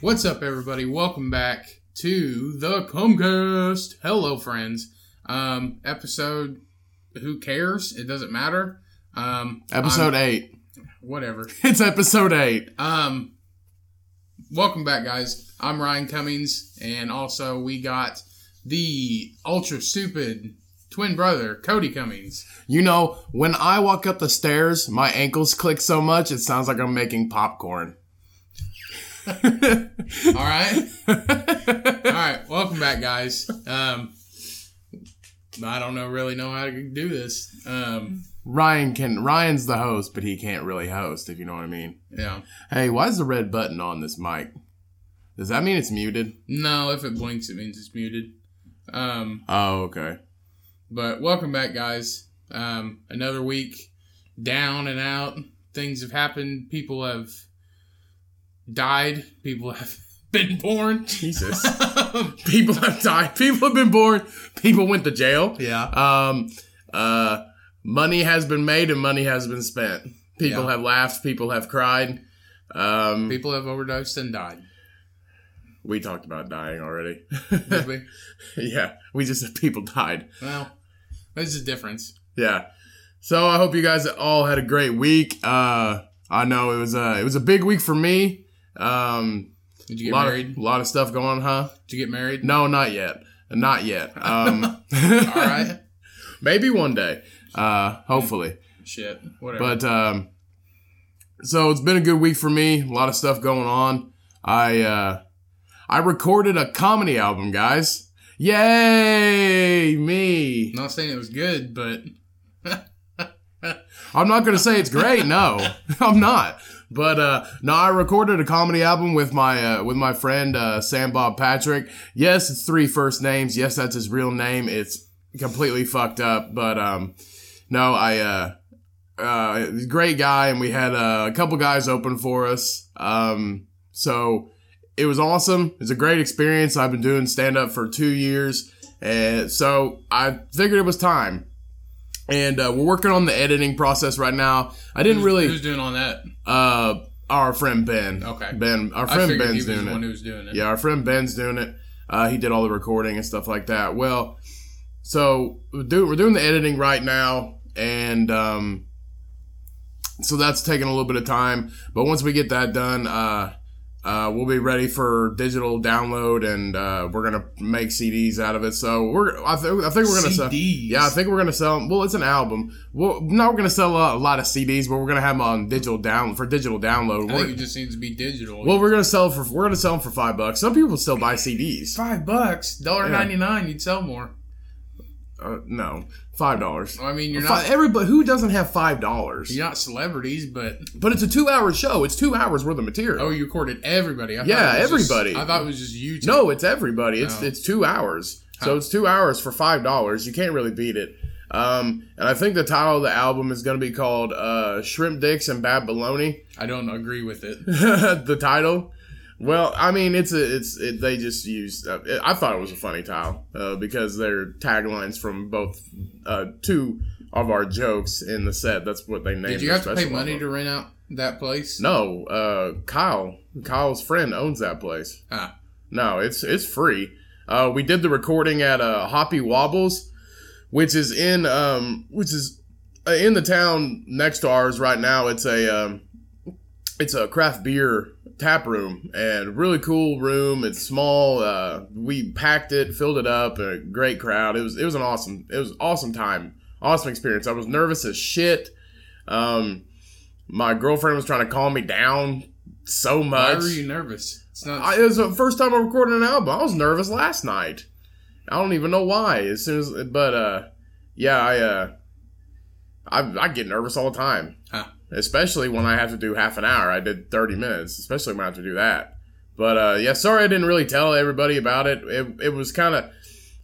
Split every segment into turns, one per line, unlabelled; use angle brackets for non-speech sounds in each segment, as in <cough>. What's up, everybody? Welcome back to the Comcast. Hello, friends. Um, episode. Who cares? It doesn't matter. Um,
Episode eight. <laughs>
I'm- whatever.
It's episode eight.
Um, welcome back, guys. I'm Ryan Cummings, and also we got the ultra stupid twin brother Cody Cummings.
You know, when I walk up the stairs, my ankles click so much it sounds like I'm making popcorn. <laughs>
All right, all right. Welcome back, guys. Um, I don't know really know how to do this. Um,
Ryan can Ryan's the host, but he can't really host, if you know what I mean.
yeah.
Hey, why is the red button on this mic? Does that mean it's muted?
No, if it blinks, it means it's muted. Um,
Oh, okay.
but welcome back, guys. Um, another week down and out. Things have happened. People have died. People have <laughs> been
<laughs>
born.
Jesus. people have died. People have been born. People went to jail.
yeah.
Um, uh, money has been made and money has been spent. People
Yeah.
have laughed. People have cried. Um,
People have overdosed and died.
we talked about dying already. <laughs>
Did we?
yeah, we just said people died.
well, there's a difference.
Yeah. So I hope you guys all had a great week. Uh, I know it was a it was a big week for me. Um,
Did you
a
get
lot
married?
of lot of stuff going, huh?
Did you get married?
No, not yet. Not yet.
<laughs>
Um,
All
<laughs>
right.
Maybe one day. Uh, hopefully.
Shit. Whatever.
But um, so it's been a good week for me. A lot of stuff going on. I uh, I recorded a comedy album, guys. Yay, me!
not saying it was good, but
I'm not gonna say it's great. No, <laughs> I'm not. But uh, no, I recorded a comedy album with my uh, with my friend uh, Sam Bob Patrick. Yes, it's three first names. Yes, that's his real name. It's completely fucked up. But um, no, I uh, uh, he's a great guy, and we had uh, a couple guys open for us. Um, so it was awesome. It's a great experience. I've been doing stand up for two years, and so I figured it was time. And uh, we're working on the editing process right now. I didn't
who's,
really
who's doing on that?
uh, our friend Ben.
Okay.
Ben, our
I
friend
figured he
Ben's
was
doing
the one
it.
who was doing it.
Yeah, our friend Ben's doing it. Uh, he did all the recording and stuff like that. Well, so we're, do, we're doing the editing right now, and um, so that's taking a little bit of time. But once we get that done, uh, uh, we'll be ready for digital download, and uh, we're gonna make CDs out of it. So we're, I, th- I think we're gonna sell.
CDs.
Yeah, I think we're gonna sell. Well, it's an album. Well, no, we're gonna sell a, a lot of CDs, but we're gonna have them on digital down for digital download.
I think
We're,
it just needs to be digital.
well, we're gonna sell for we're gonna sell them for five bucks. Some people still buy CDs.
five bucks, dollar
Yeah.
ninety nine, you'd sell more.
Uh, no, five dollars.
I mean, you're not
Everybody who doesn't have five dollars.
you're not celebrities, but
But it's a two-hour show. It's two hours worth of material.
oh, you recorded everybody. I thought
Yeah,
it was just-
everybody.
I thought it was just you. Two.
No, it's everybody. It's
Oh.
it's two hours.
Huh.
So it's two hours for five dollars. You can't really beat it. Um, and I think the title of the album is going to be called uh, "Shrimp Dicks and Bad Baloney."
I don't agree with it.
<laughs> the title. Well, I mean, it's a it's it, they just used. Uh, it, I thought it was a funny title uh, because they're taglines from both uh, two of our jokes in the set. That's what they named.
Did you
their
have to pay
special
money
album.
to rent out that place?
No, uh, Kyle, Kyle's friend owns that place.
Ah,
No, it's it's free. Uh, we did the recording at uh, Hoppy Wobbles, which is in um, which is uh, in the town next to ours right now. It's a um, it's a craft beer tap room and really cool room. It's small. Uh, we packed it, filled it up, and a great crowd. It was it was an awesome it was an awesome time, awesome experience. I was nervous as shit. Um, my girlfriend was trying to calm me down so
why
much.
were you nervous? It's not.
I, it was the first time I recorded an album. I was nervous last night. I don't even know why. As soon as, but uh, yeah, I uh, I, I get nervous all the time,
Huh.
especially when I have to do half an hour. I did thirty minutes, especially when I have to do that. But uh, yeah, sorry I didn't really tell everybody about it. It, it was kind of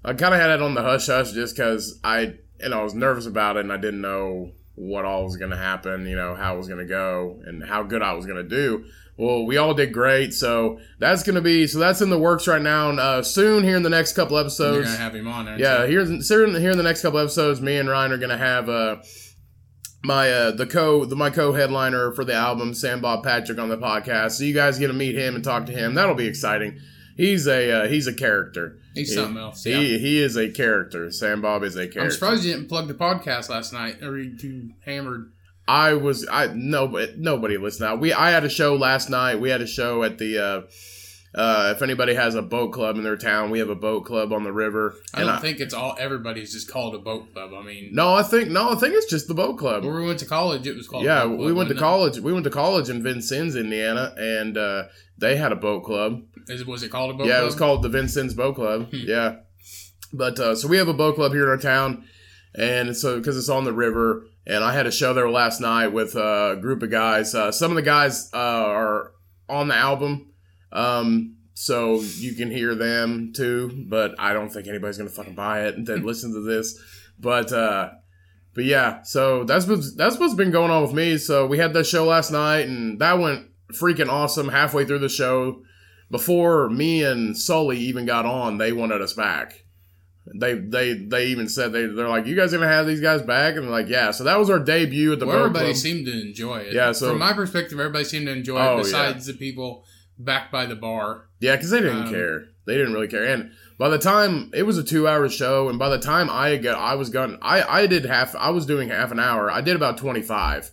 I kind of had it on the hush hush just because I and I was nervous about it and I didn't know what all was going to happen, you know, how it was going to go and how good I was going to do. Well, we all did great, so that's going to be so that's in the works right now and uh, soon here in the next couple
you're
episodes.
gonna have him on. Aren't
Yeah,
you?
here's soon here in the next couple episodes, me and Ryan are gonna have uh, my uh the co the my co-headliner for the album sam bob patrick on the podcast so you guys get to meet him and talk to him that'll be exciting he's a uh, he's a character
He's
He-
something else. Yeah.
he he is a character sam bob is a character
I'm surprised you didn't plug the podcast last night. Or you too hammered.
I was I no but nobody listened out. We I had a show last night. We had a show at the uh uh if anybody has a boat club in their town, we have a boat club on the river.
I
And
don't think it's all everybody's just called a boat club. I mean,
No, I think no, I think it's just the boat club.
when we went to college, it was called.
yeah,
a boat club,
we went to
wasn't
college. We went to college in Vincennes, Indiana, and uh they had a boat club.
it? Is- Was it called a boat?
yeah,
club? Hmm.
it was called the Vincennes Boat Club. yeah. But uh, so we have a boat club here in our town, and so because it's on the river, and I had a show there last night with uh, a group of guys. Uh, some of the guys uh, are on the album, um, so you can hear them too. But I don't think anybody's gonna fucking buy
<laughs>
it that listen to this. But uh, but yeah, so that's what's that's what's been going on with me. So we had that show last night, and that went freaking awesome. Halfway through the show, before me and Sully even got on, they wanted us back. They they they even said they they're like, you guys gonna have these guys back? And they're like, yeah. So that was our debut at the
Well,
Bird
everybody
Club.
seemed to enjoy it.
Yeah, so-
from my perspective, everybody seemed to enjoy
Oh,
it. Besides the people back by the bar.
Yeah, because they didn't
Um,
care. They didn't really care. And by the time it was a two-hour show, and by the time I got, I was gone. I I did half. I was doing half an hour. I did about twenty-five,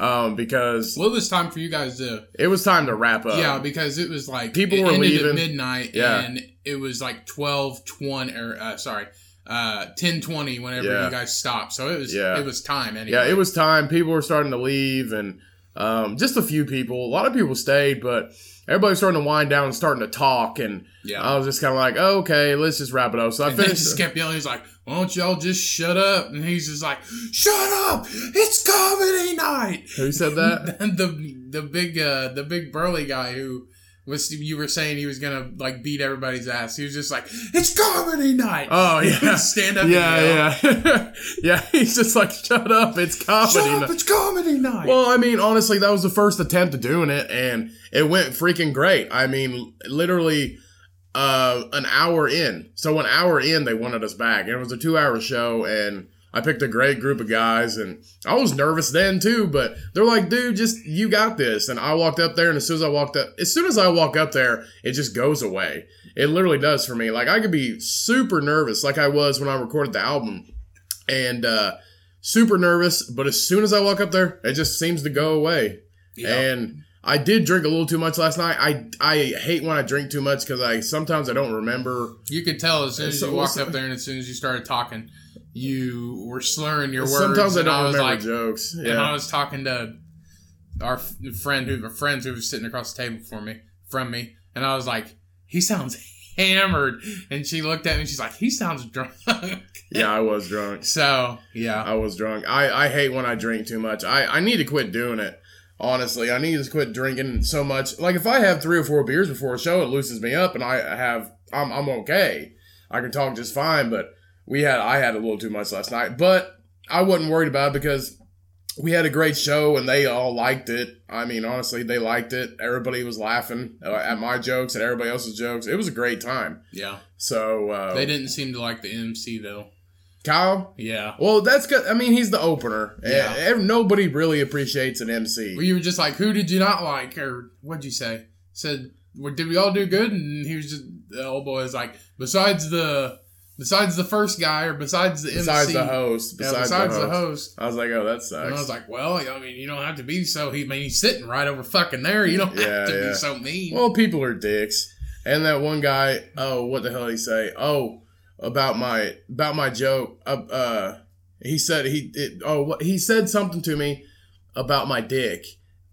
um, because
Well, it was time for you guys to
it was time to wrap up.
yeah, because it was like
people
it
were
ended
leaving.
at midnight,
Yeah.
and it was like 12, 20, or uh, sorry, uh, ten twenty. Whenever
Yeah.
you guys stopped, so it was
Yeah.
it was time anyway.
yeah, it was time. People were starting to leave, and um, just a few people. A lot of people stayed, but everybody's starting to wind down and starting to talk. And
yeah.
I was just kind of like, oh, okay, let's just wrap it up. So I
And they
finished.
just kept yelling. He's like, "Why don't y'all just shut up?" And he's just like, "Shut up! It's comedy night."
Who said that?
<laughs> And the the big uh, the big burly guy who was you were saying he was gonna like beat everybody's ass. He was just like, "It's comedy night." <laughs>
Oh
He would
yeah.
stand up. and yell,
Yeah, yeah, <laughs> yeah. He's just like, shut up, it's comedy.
Shut
night."
up! It's comedy night.
Well, I mean, honestly, that was the first attempt at doing it, and it went freaking great. I mean, literally uh, an hour in. So an hour in, they wanted us back, and it was a two-hour show, and I picked a great group of guys, and I was nervous then too. But they're like, "Dude, just you got this." And I walked up there, and as soon as I walked up, as soon as I walk up there, it just goes away. It literally does for me. Like I could be super nervous, like I was when I recorded the album, and uh, super nervous. But as soon as I walk up there, it just seems to go away.
yeah.
And I did drink a little too much last night. I I hate when I drink too much because I sometimes I don't remember.
you could tell as soon as
So-
you walked up there and as soon as you started talking, you were slurring your words.
sometimes I
and
don't
was
remember
like,
jokes.
And I
Yeah.
was talking to our f- friend who, friends who was sitting across the table for me, from me, and I was like, he sounds hammered. And she looked at me, she's like, he sounds drunk. <laughs>
yeah, I was drunk.
so, yeah.
I was drunk. I, I hate when I drink too much. I, I need to quit doing it. Honestly, I need to quit drinking so much. Like if I have three or four beers before a show, it loosens me up, and I have I'm I'm okay. I can talk just fine. But we had I had a little too much last night, but I wasn't worried about it because we had a great show and they all liked it. I mean, honestly, they liked it. Everybody was laughing uh, at my jokes and everybody else's jokes. It was a great time.
Yeah.
So uh,
They didn't seem to like the MC, though.
Kyle,
Yeah.
well, that's good. I mean, he's the opener.
Yeah.
Yeah. Nobody really appreciates an
Well,
MC.
you were just like, who did you not like? Or what'd you say? Said, well, did we all do good? And he was just, the old boy is like, besides the. Besides the first guy, or besides the
Besides
MC,
the host.
Yeah,
Besides, the, host. I was like, oh, that sucks.
And I was like, well, I mean, you don't have to be so. He, I mean, he's sitting right over fucking there.
<laughs>
You don't
Yeah,
have to
yeah.
be so mean.
well, people are dicks. And that one guy, oh, what the hell did he say? Oh, about my about my joke. Uh, uh he said he it, oh what, he said something to me about my dick.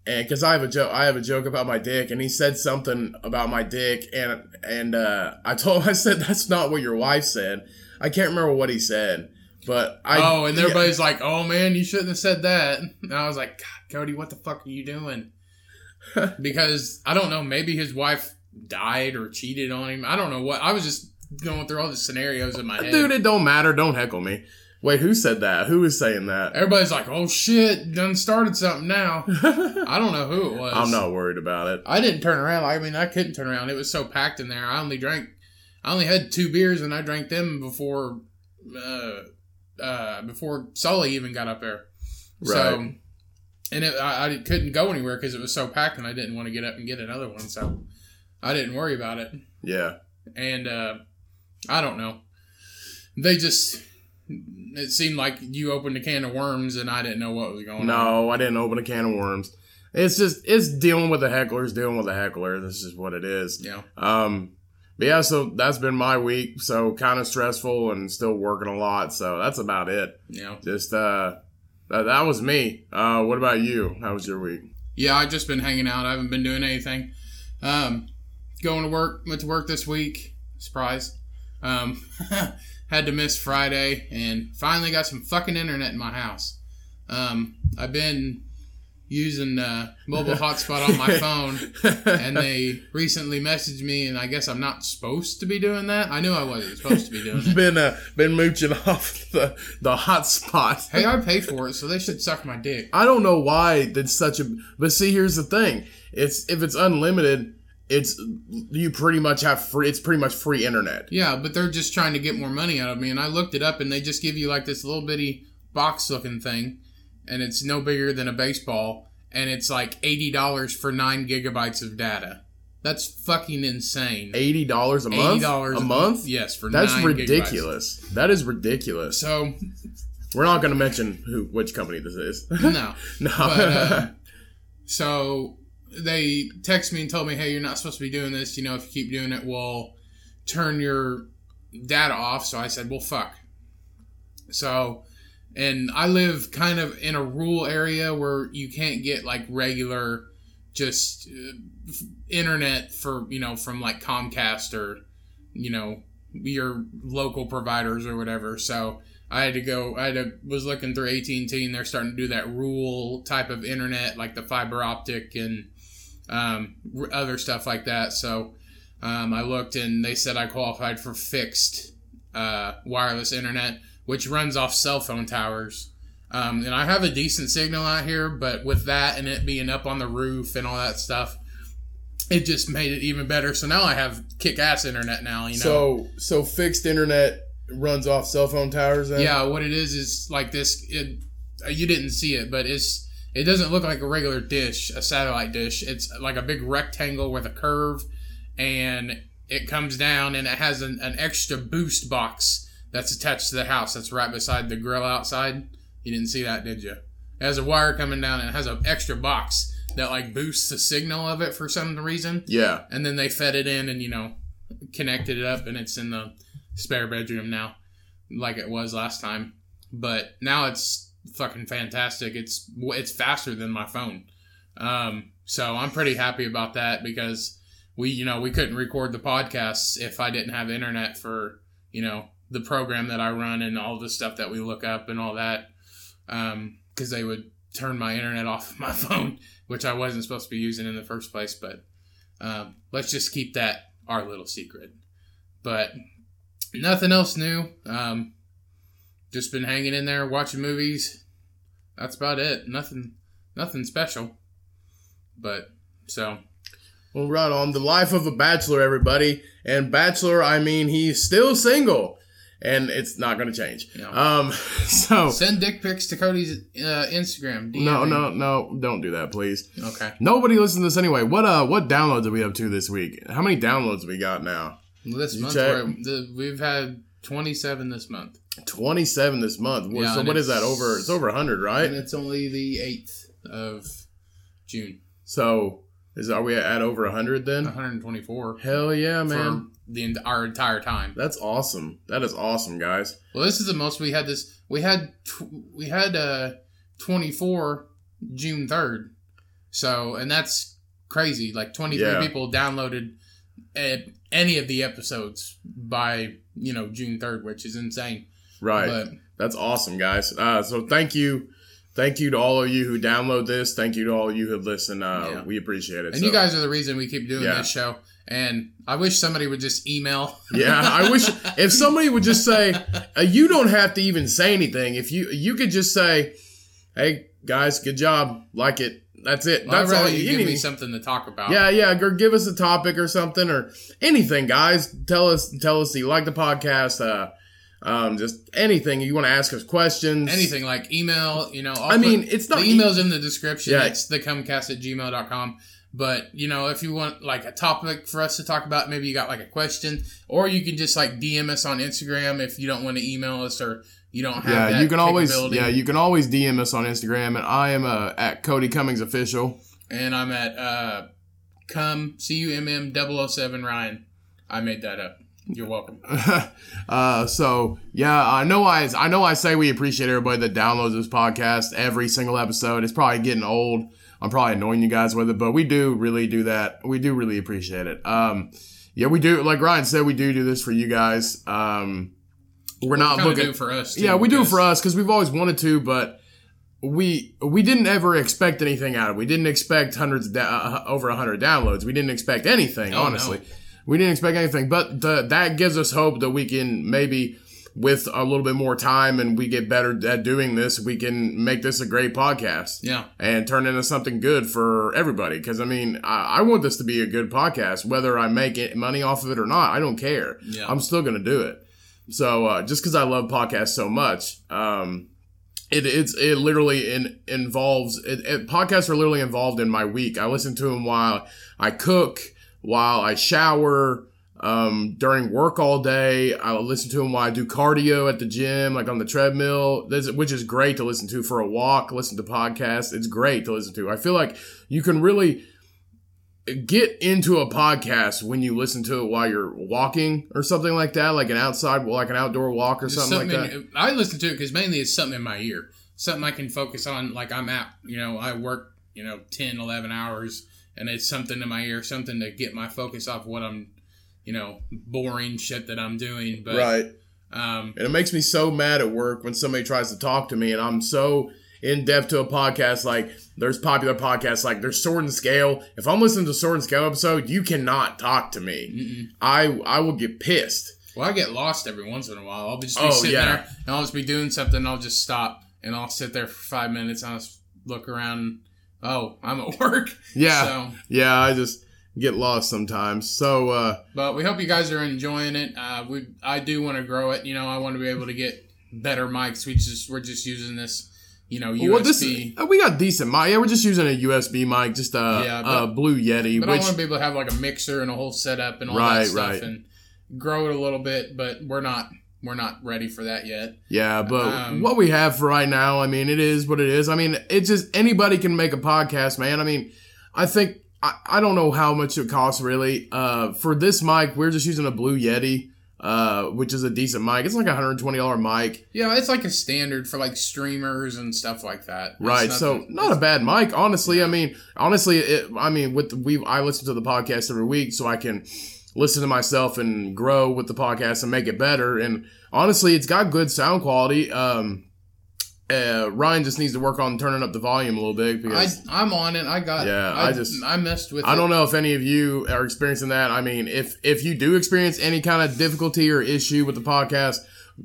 And because I have a joke, I have a joke about my dick, and he said something about my dick, and and uh, I told him <laughs> I said that's not what your wife said. I can't remember what he said, but I
oh, and everybody's like, oh man, you shouldn't have said that. And I was like, God, Cody, what the fuck are you doing? because I don't know. Maybe his wife died or cheated on him. I don't know what. I was just going through all the scenarios in my head.
Dude, it don't matter. Don't heckle me. Wait, who said that? Who is saying that? <laughs>
everybody's like, oh shit, done started something now. I don't know who it was.
I'm not worried about it.
I didn't turn around. I mean, I couldn't turn around. It was so packed in there. I only drank, I only had two beers, and I drank them before, uh, uh, before Sully even got up there. So, and it, I, I couldn't go anywhere because it was so packed, and I didn't want to get up and get another one. So, I didn't worry about it.
Yeah.
And uh, I don't know. They just it seemed like you opened a can of worms, and I didn't know what was going on.
No, I didn't open a can of worms. It's just it's dealing with the hecklers, dealing with the heckler. This is what it is.
Yeah.
Um, but yeah, so that's been my week. So kind of stressful and still working a lot. So that's about it.
Yeah.
Just uh, that, that was me. Uh, what about you? How was your week? <laughs>
Yeah, I've just been hanging out. I haven't been doing anything. Um, going to work. Went to work this week. Surprise. Um, <laughs> had to miss Friday, and finally got some fucking internet in my house. Um, I've been using uh, mobile hotspot on my phone, and they recently messaged me, and I guess I'm not supposed to be doing that. I knew I wasn't supposed to be doing it.
been uh, been mooching <laughs> off the the hot spot.
Hey, I pay for it, so they should suck my dick.
I don't know why that's such a. But see, here's the thing: it's if it's unlimited, it's you pretty much have free. It's pretty much free internet.
Yeah, but they're just trying to get more money out of me. And I looked it up, and they just give you like this little bitty box looking thing, and it's no bigger than a baseball, and it's like eighty dollars for nine gigabytes of data. That's fucking insane.
Eighty dollars a month.
Eighty dollars
a month.
Yes, for
That's
nine gigabytes.
ridiculous. That is ridiculous.
So
We're not going to mention who which company this is. <laughs>
no,
no.
But,
<laughs>
uh, so they text me and told me, "Hey, you're not supposed to be doing this. You know, if you keep doing it, we'll turn your data off." So I said, "Well, fuck." So, and I live kind of in a rural area where you can't get like regular just uh, f- internet for you know from like Comcast or you know your local providers or whatever. So I had to go. I had to, was looking through AT and T, and they're starting to do that rural type of internet, like the fiber optic and um, r- other stuff like that. So um, I looked, and they said I qualified for fixed uh, wireless internet, which runs off cell phone towers. Um, and I have a decent signal out here, but with that and it being up on the roof and all that stuff, it just made it even better. So now I have kick ass internet now. You know.
so so fixed internet runs off cell phone towers. Then?
Yeah, what it is is like this. It, uh, you didn't see it, but it's it doesn't look like a regular dish, a satellite dish. It's like a big rectangle with a curve, and it comes down and it has an, an extra boost box that's attached to the house. That's right beside the grill outside. You didn't see that, did you? It has a wire coming down and it has an extra box that like boosts the signal of it for some reason.
Yeah.
And then they fed it in and you know connected it up, and it's in the spare bedroom now like it was last time, but now it's fucking fantastic. It's it's faster than my phone, um, so I'm pretty happy about that because we you know we couldn't record the podcasts if I didn't have internet for you know the program that I run and all the stuff that we look up and all that because they would turn my internet off of my <laughs> phone, which I wasn't supposed to be using in the first place. But um, let's just keep that our little secret. But nothing else new. Um, just been hanging in there watching movies. That's about it. Nothing, nothing special. But so
Well, right on. The life of a bachelor, everybody. And bachelor, I mean he's still single. And it's not going to change.
No.
Um, <laughs> so,
send dick pics to Cody's uh, Instagram. DM
no,
him.
no, no, don't do that, please.
Okay,
Nobody listen to this anyway. What, uh, what downloads are we up to this week? How many downloads we got now?
Well, this
You
month
check.
we're, the, we've had twenty-seven this month,
27 this month. Well,
Yeah,
so
and
what is that?
it's-
Over, it's over 100, right?
and it's only the eighth of June.
So, is, are we at over 100 then?
One hundred twenty-four
Hell yeah,
for
man.
the en- our entire time.
That's awesome. That is awesome, guys.
Well, this is the most we had. This we had tw- we had uh, 24 June 3rd. So, and that's crazy. Like 23
Yeah.
people downloaded uh, any of the episodes by you know June 3rd, which is insane.
Right.
But
That's awesome, guys. Uh, so thank you. Thank you to all of you who download this. Thank you to all of you who listen. Uh,
Yeah.
We appreciate it.
and
So-
you guys are the reason we keep doing
Yeah.
this show. And I wish somebody would just email.
yeah, I
<laughs>
wish if somebody would just say, uh, you don't have to even say anything. If you you could just say, hey guys, good job, like it. That's it.
I'd
That's all
rather
you,
you
you
give
need-
me something to talk about.
Yeah, yeah. Or give us a topic or something or anything, guys. Tell us, tell us that you like the podcast. Uh, Um, just anything you want to ask us questions.
Anything like email, you know. I'll
I
put-
mean, it's not e-
the email's in the description.
Yeah.
It's thecomcast at gmail.com. But, you know, if you want like a topic for us to talk about, maybe you got like a question, or you can just like DM us on Instagram if you don't want to email us or you don't have
Yeah,
that
you can always
capability.
yeah you can always DM us on Instagram, and I am uh, at Cody Cummings official.
and I'm at uh cum C U M M 007 Ryan. I made that up. You're welcome.
<laughs> uh, so yeah, I know I I know I say we appreciate everybody that downloads this podcast every single episode. It's probably getting old. I'm probably annoying you guys with it, but we do really do that. We do really appreciate it. Um, yeah, we do. Like Ryan said, we do do this for you guys. Um, we're not
Kinda
looking.
do for us. too,
Yeah, we do it
because-
for us because we've always wanted to, but we we didn't ever expect anything out of it. We didn't expect hundreds of da- uh, over hundred downloads. We didn't expect anything,
Oh, no.
honestly. We didn't expect anything, but the, that gives us hope that we can maybe with a little bit more time and we get better at doing this, we can make this a great podcast
Yeah.
and turn into something good for everybody. Because I mean, I, I want this to be a good podcast, whether I make it, money off of it or not. I don't care.
Yeah.
I'm still gonna do it. So uh, just because I love podcasts so much, um, it it's it literally in, involves it, it, podcasts are literally involved in my week. I listen to them while I cook, while I shower. Um, during work all day, I listen to them while I do cardio at the gym, like on the treadmill, this, which is great to listen to for a walk. Listen to podcasts; it's great to listen to. I feel like you can really get into a podcast when you listen to it while you're walking or something like that, like an outside, like an outdoor walk or
Just
something, like that.
in- I listen to it because mainly it's something in my ear, something I can focus on. Like I'm out, you know, I work, you know, 10, 11 hours, and it's something in my ear, something to get my focus off what I'm, you know, boring shit that I'm doing. But
right.
um,
And it makes me so mad at work when somebody tries to talk to me and I'm so in depth to a podcast. Like there's popular podcasts like there's Sword and Scale. If I'm listening to Sword and Scale episode, you cannot talk to me.
mm-mm.
I I will get pissed.
well, I get lost every once in a while. I'll just be
Oh,
sitting
yeah.
there and I'll just be doing something. and I'll just stop and I'll sit there for five minutes and I'll just look around. And, oh, I'm at <laughs> work.
Yeah.
So,
Yeah, I just get lost sometimes. So uh
But we hope you guys are enjoying it. Uh, we I do want to grow it. You know, I want to be able to get better mics. We just we're just using this, you know, USB.
well this uh, we got decent mic. Yeah, we're just using a USB mic, just a,
Yeah, but-
a blue Yeti,
but I
which
want to be able to have like a mixer and a whole setup and all
Right,
that stuff
right.
and grow it a little bit. But we're not we're not ready for that yet.
Yeah, but
Um,
what we have for right now, I mean, it is what it is. I mean, it's just anybody can make a podcast, man. I mean, I think I, I don't know how much it costs really. Uh, for this mic, we're just using a Blue Yeti, uh, which is a decent mic. It's like a hundred twenty dollar mic,
Yeah, it's like a standard for like streamers and stuff like that. It's
right? So
nothing-
not a bad mic, honestly.
Yeah.
I mean, honestly, it, I mean, with the, we I listen to the podcast every week, so I can listen to myself and grow with the podcast and make it better. And honestly, it's got good sound quality. Um, uh, Ryan just needs to work on turning up the volume a little bit
I
because
I'm on it. I got.
Yeah, I
I,
just-
I messed with.
I,
it.
don't know if any of you are experiencing that. I mean, if if you do experience any kind of difficulty or issue with the podcast,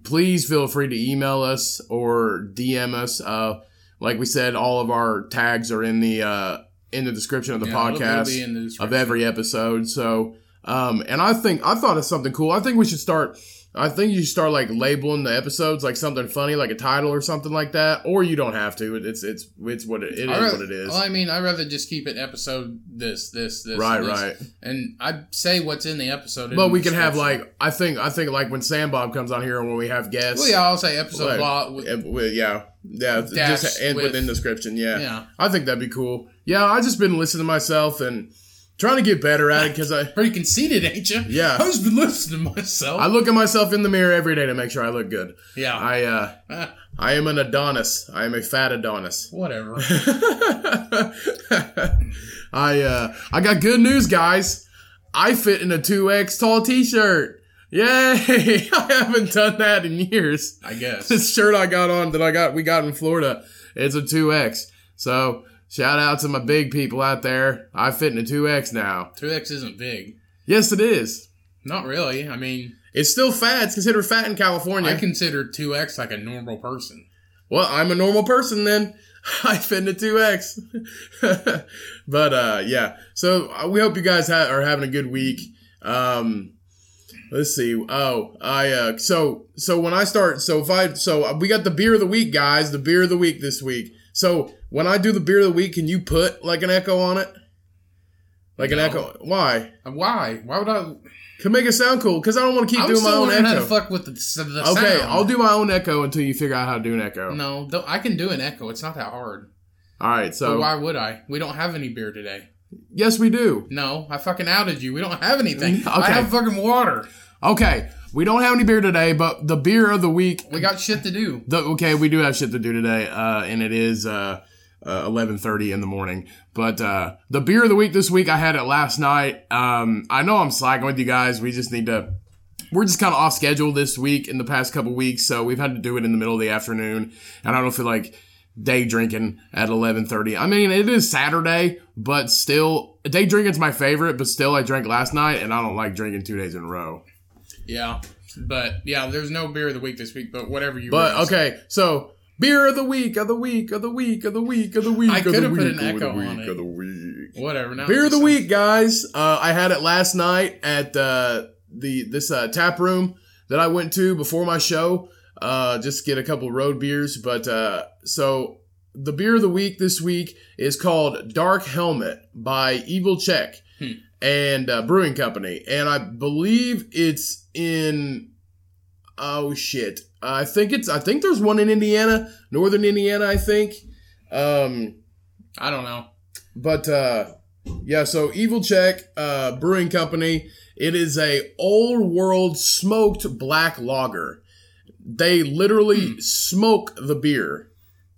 please feel free to email us or DM us. Uh, like we said, all of our tags are in the uh, in the description of the
Yeah, it'll- it'll
podcast
be in the
of
description.
every episode. So, um, and I think I thought of something cool. I think we should start. I think you should start like labeling the episodes like something funny, like a title or something like that. Or you don't have to. It's it's it's what it, it
I
is.
rather-
What it is.
Well, I mean, I'd rather just keep it episode this, this, this.
Right,
and this.
right.
And I'd say what's in the episode. in
But
the
we can have
description.
like I think I think like when Sam Bob comes on here and when we have guests.
Well, yeah, I'll say episode
Like,
blah. With,
eh, we- yeah, yeah,
Dash
just and
with-
within description. Yeah.
yeah.
I think that'd be cool. Yeah, I just been listening to myself and trying to get better at it because I
Pretty conceited, ain't you?
Yeah.
<laughs> I was listening to myself.
I look at myself in the mirror every day to make sure I look good.
yeah.
I uh
<laughs>
I am an Adonis. I am a fat Adonis.
Whatever.
<laughs> I uh I got good news, guys. I fit in a 2X tall t-shirt. Yay! <laughs> I haven't done that in years. <laughs>
I guess.
This shirt I got on that I got we got in Florida, it's a 2X. So shout out to my big people out there. I fit in a 2X now.
Two X isn't big.
Yes, it is.
Not really. I mean,
It's still fat. It's considered fat in California.
I consider two X like a normal person.
well, I'm a normal person then. <laughs> I fit into <laughs> 2X. but uh, yeah, so uh, we hope you guys ha- are having a good week. Um, Let's see. Oh, I uh so so when I start so if I so uh, we got the beer of the week guys, the beer of the week this week. So when I do the beer of the week, can you put like an echo on it? Like an
No.
echo. Why?
Uh, Why? Why would I?
Can make it sound cool cuz I don't want to keep
I'm
doing my
still
own
learning how to
echo.
fuck with the, s- the sound.
okay, I'll do my own echo until you figure out how to do an echo.
No, don't, I can do an echo. It's not that hard.
All right.
So
So
why would I? We don't have any beer today.
yes, we do.
No, I fucking outed you. We don't have anything.
<laughs> Okay.
I have fucking water.
Okay. We don't have any beer today, but the beer of the week
We got shit to do.
The, okay, we do have shit to do today, uh, and it is uh, uh, eleven thirty in the morning. But uh, the beer of the week this week, I had it last night. Um, I know I'm slacking with you guys. We just need to. We're just kind of off schedule this week in the past couple weeks, so we've had to do it in the middle of the afternoon, and I don't feel like day drinking at eleven thirty. I mean, it is Saturday, but still, day drinking's my favorite. But still, I drank last night, and I don't like drinking two days in a row.
Yeah, but yeah, there's no beer of the week this week. But whatever you.
But
raise.
okay, so beer of the week, of the week, of the week, of the week, of the week.
I
of the
could've put
week,
an
of the
echo
week,
on it.
Of the week.
whatever. Now
Beer of
it's
the
just-
week, guys. Uh, I had it last night at uh, the this uh, tap room that I went to before my show. Uh, just get a couple road beers, but uh, so the beer of the week this week is called Dark Helmet by Evil Check
Hmm.
and uh, Brewing Company, and I believe it's in Oh shit! I think it's. I think there's one in Indiana, Northern Indiana. I think. Um,
I don't know.
but uh, yeah, so Evil Check uh, Brewing Company. It is a old world smoked black lager. They literally smoke the beer.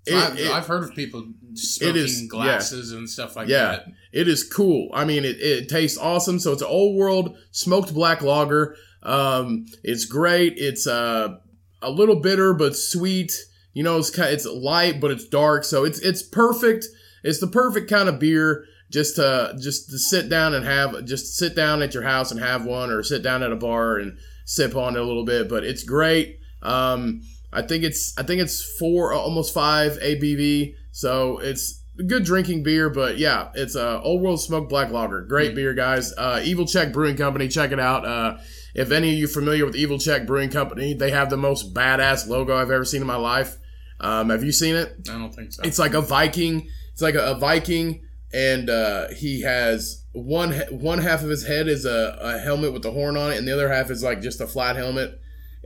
It-
I've,
it-
I've heard of people smoking
is- yeah.
glasses and stuff like
Yeah.
that.
It is cool. I mean, it, it tastes awesome. So it's an old world smoked black lager. Um, it's great. It's uh, a little bitter but sweet. You know, it's kind it's light but it's dark. So it's it's perfect. It's the perfect kind of beer just to just to sit down and have just sit down at your house and have one or sit down at a bar and sip on it a little bit. But it's great. Um, I think it's I think it's four almost five ABV. So it's a good drinking beer, but yeah, it's a uh, old world smoked black lager.
Mm.
Great beer, guys. Uh, Evil Check Brewing Company, check it out. Uh, if any of you familiar with Evil Check Brewing Company, they have the most badass logo I've ever seen in my life. Um, have you seen it?
I don't think so.
It's like a Viking. It's like a, a Viking, and uh, he has one he- one half of his head is a, a helmet with the horn on it, and the other half is like just a flat helmet.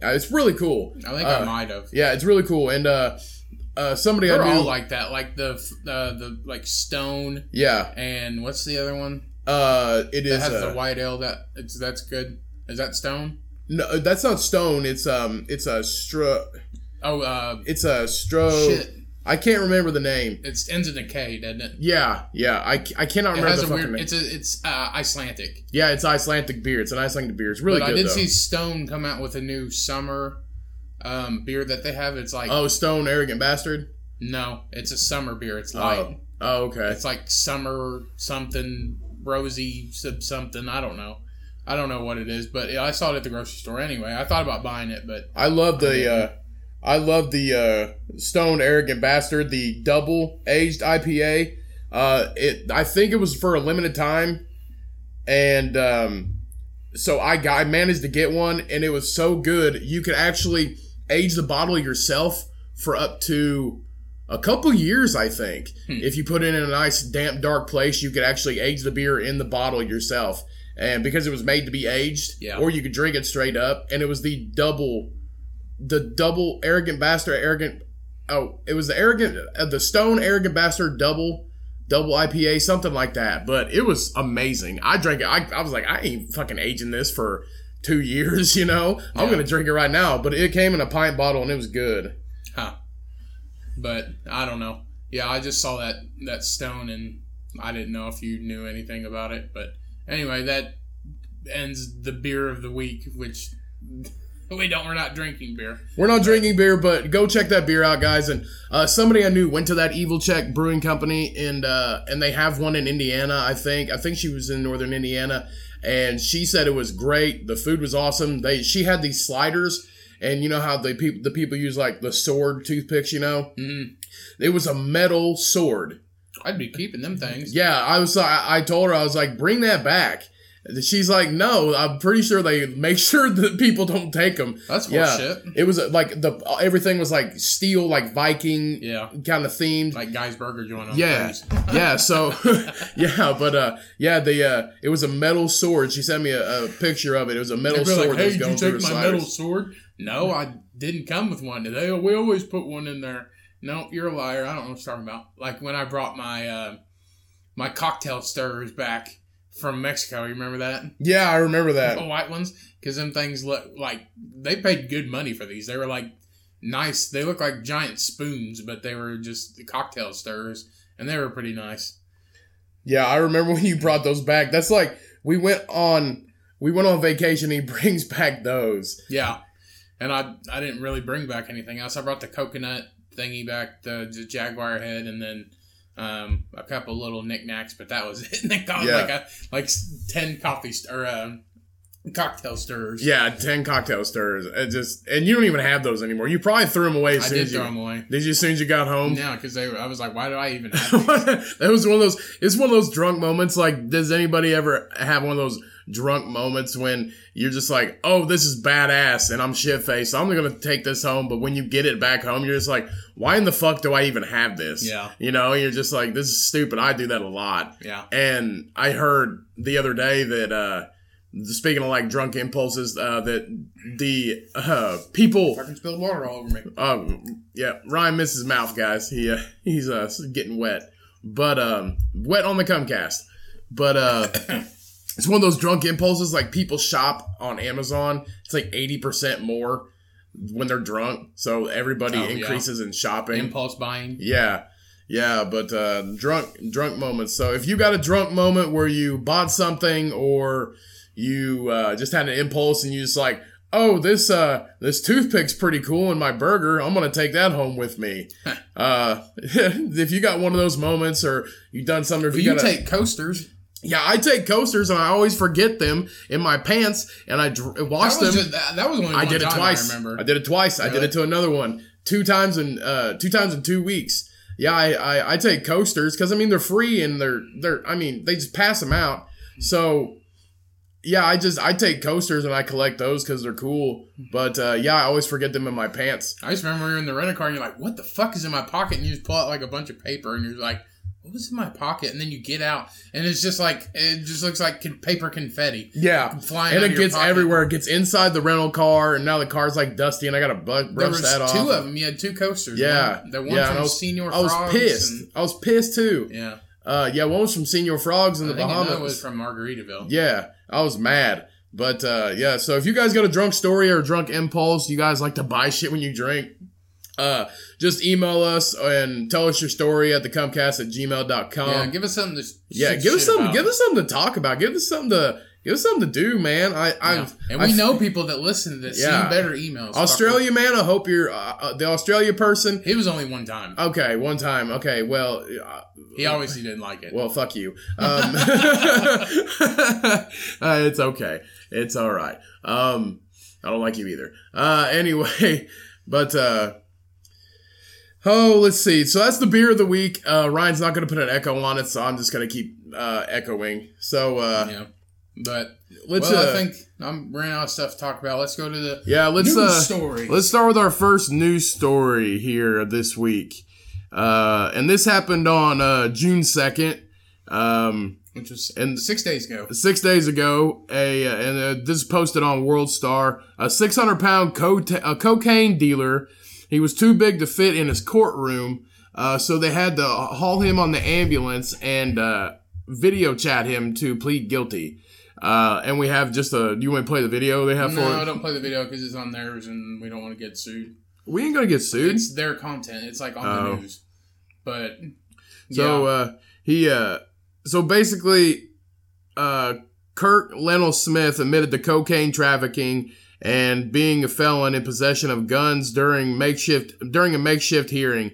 Uh, it's really cool.
I think
uh,
I might have.
Yeah, it's really cool. And uh, uh, somebody
They're
I knew,
all like that, like the f- uh, the like Stone
yeah,
and what's the other one
uh, it
that
is.
has
uh,
the white ale that it's that's good. Is that Stone?
no, uh, that's not stone. It's um, it's a stra.
Oh, uh,
It's a stro.
shit!
I can't remember the name.
It ends in a K, doesn't it?
Yeah, yeah. I, c- I cannot
It
remember
has
the
a
fucking
weird.
name.
It's a it's uh, Icelandic.
yeah, it's Icelandic beer. It's an Icelandic beer. It's really
but
good.
I did
though.
see Stone come out with a new summer um, beer that they have. It's like
oh, stone arrogant bastard.
no, it's a summer beer. It's light.
Oh. Oh, okay.
It's like summer something rosy sub- something. I don't know. I don't know what it is, but yeah, I saw it at the grocery store anyway. I thought about buying it, but
I love the uh, I love the uh, Stone Arrogant Bastard, the double aged IPA. Uh, it I think it was for a limited time, and um, so I got I managed to get one, and it was so good. You could actually age the bottle yourself for up to a couple years, I think.
Hmm.
If you put it in a nice damp, dark place, you could actually age the beer in the bottle yourself. And because it was made to be aged,
Yeah.
or you could drink it straight up, and it was the double the double arrogant bastard arrogant oh it was the arrogant uh, the stone arrogant bastard double double ipa something like that but it was amazing i drank it i, I was like i ain't fucking aging this for two <laughs> years you know i'm
Yeah.
gonna drink it right now but it came in a pint bottle and it was good
huh. But I don't know. Yeah, I just saw that that stone and I didn't know if you knew anything about it, but anyway, that ends the beer of the week, which <laughs> we don't. We're not drinking beer.
we're not drinking beer but go check that beer out guys and uh, somebody i knew went to that evil check brewing company and uh, and they have one in indiana i think i think she was in northern indiana and she said it was great the food was awesome they she had these sliders and you know how the people the people use like the sword toothpicks you know
Mm,
it was a metal sword
I'd be keeping them things.
yeah, I was. I, I told her I was like, bring that back. She's like, no, I'm pretty sure they <laughs> make sure that people don't take them.
That's
Yeah.
horseshit.
It was uh, like the everything was like steel, like Viking
Yeah.
kind of themed.
Like Guy's Burger joint on
Yeah.
threes.
yeah, so <laughs> yeah, but uh, yeah, the uh, it was a metal sword. She sent me a, a picture of it. It was a metal
They'd be
sword
like,
that
hey,
was
did
going
you
through
take
her
my
sliders.
metal sword? No, I didn't come with one today. Oh, We always put one in there. No, you're a liar. I don't know what you're talking about. Like when I brought my uh, my cocktail stirrers back from Mexico. You remember that?
Yeah, I remember that.
The white ones, because them things look like they paid good money for these. They were like nice. They look like giant spoons, but they were just cocktail stirrers, and they were pretty nice.
Yeah, I remember when you brought those back. That's like we went on we went on vacation. He <laughs> brings back those.
Yeah, and I I didn't really bring back anything else. I brought the coconut thingy back, the, the jaguar head, and then um, a couple little knickknacks. But that was <laughs> it. And they got
Yeah.
like a, like s- ten coffee st- or um, cocktail stirrers.
Yeah, ten cocktail stirrers. It just and you don't even have those anymore. You probably threw them away as
I
soon
did
as you Um,
throw them away.
did you as soon as you got home.
Yeah, because they were. I was like, why do I even? Have these?
<laughs> that was one of those. It's one of those drunk moments. Like, does anybody ever have one of those drunk moments when you're just like, "Oh, this is badass," and I'm shit faced. I'm gonna take this home. But when you get it back home, you're just like, "Why in the fuck do I even have this?"
Yeah.
you know, you're just like, "This is stupid." I do that a lot.
yeah.
And I heard the other day that uh speaking of like drunk impulses, uh that the uh people
Fucking spilled water all over me.
um yeah, Ryan misses mouth, guys. He uh, <laughs> he's uh getting wet. But um wet on the Comcast.
<coughs>
But uh it's one of those drunk impulses like people shop on Amazon. It's like 80% more when they're drunk. So everybody
Oh, yeah.
increases in shopping.
Impulse buying.
Yeah. Yeah, but uh, drunk drunk moments. So if you got a drunk moment where you bought something or you uh, just had an impulse and you just like, oh, this uh, this toothpick's pretty cool in my burger. I'm gonna take that home
<laughs>
with me. uh, <laughs> if you got one of those moments or you done something, if
Well,
you,
you
got a-
take coasters.
yeah, I take coasters and I always forget them in my pants and I dr- wash
That
them.
was, just, that, that was only
I
one
did it
time
twice.
I
I,
remember.
did it twice. I did
Really?
it to another one. Two times in uh, two times in two weeks. Yeah, I, I, I take coasters because I mean they're free and they're they're I mean they just pass them out.
Mm-hmm.
So yeah, I just I take coasters and I collect those because they're cool.
Mm-hmm.
But uh, yeah, I always forget them in my pants.
I just remember you're in the rental car and you're like, "What the fuck is in my pocket?" And you just pull out like a bunch of paper and you're like, "What was in my pocket?" And then you get out and it's just like it just looks like con- paper confetti
Yeah.
flying.
And
out of
it
your
gets
pocket.
everywhere. It gets inside the rental car, and now the car's like dusty, and I gotta bu-
There
brush
was
that off.
two of them. You had two coasters.
Yeah.
one, the one
Yeah, and
from
I was-
Senior.
I was
Frogs
pissed.
and-
I was pissed too.
yeah,
Uh, yeah, one was from Senior Frogs in the
I think another
Bahamas.
was from Margaritaville.
Yeah, I was mad. But uh, yeah, so if you guys got a drunk story or a drunk impulse, you guys like to buy shit when you drink, uh, just email us and tell us your story at thecumcast at gmail.com.
yeah,
Yeah,
give us something. To sh- shoot
give
shit
us something
about.
give us something to talk about. Give us something to give us something to do, man. I
Yeah.
I
And
I
we
f-
know people that listen to this.
Yeah.
Send better emails. Fuck
Australia man, I hope you're uh, uh, the Australia person.
It was only one time.
Okay, one time. Okay, well, uh,
He obviously didn't like it.
Well, fuck
<laughs>
you. Um, <laughs> uh, it's okay. It's all right. Um, I don't like you either. Uh, <laughs> anyway, but uh, oh, let's see. So that's the beer of the week. Uh, Ryan's not going to put an echo on it, so I'm just going to keep uh, echoing. So uh,
yeah. But
let's.
well,
uh,
I think I'm running out of stuff to talk about. Let's go to the
yeah, let's.
news
Uh,
story.
Let's start with our first news story here this week. Uh, and this happened on uh, June 2nd. Um,
which was
and
six days ago.
six days ago, a uh, and uh, this is posted on World Star. A 600 pound co- a cocaine dealer. He was too big to fit in his courtroom, uh, so they had to haul him on the ambulance and uh, video chat him to plead guilty. Uh, and we have just a. Do you want to play the video they have
No,
for? it?
don't play the video because it's on theirs and we don't want to get sued.
We ain't gonna get sued.
It's their content. It's like on
Oh.
the news. But
So
yeah.
uh, he uh, so basically, uh, Kirk Lennell Smith admitted to cocaine trafficking and being a felon in possession of guns during makeshift during a makeshift hearing.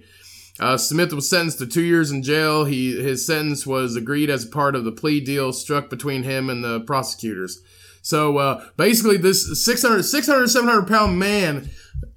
Uh, Smith was sentenced to two years in jail. He his sentence was agreed as part of the plea deal struck between him and the prosecutors. So uh, basically, this 600, 600 700 pound man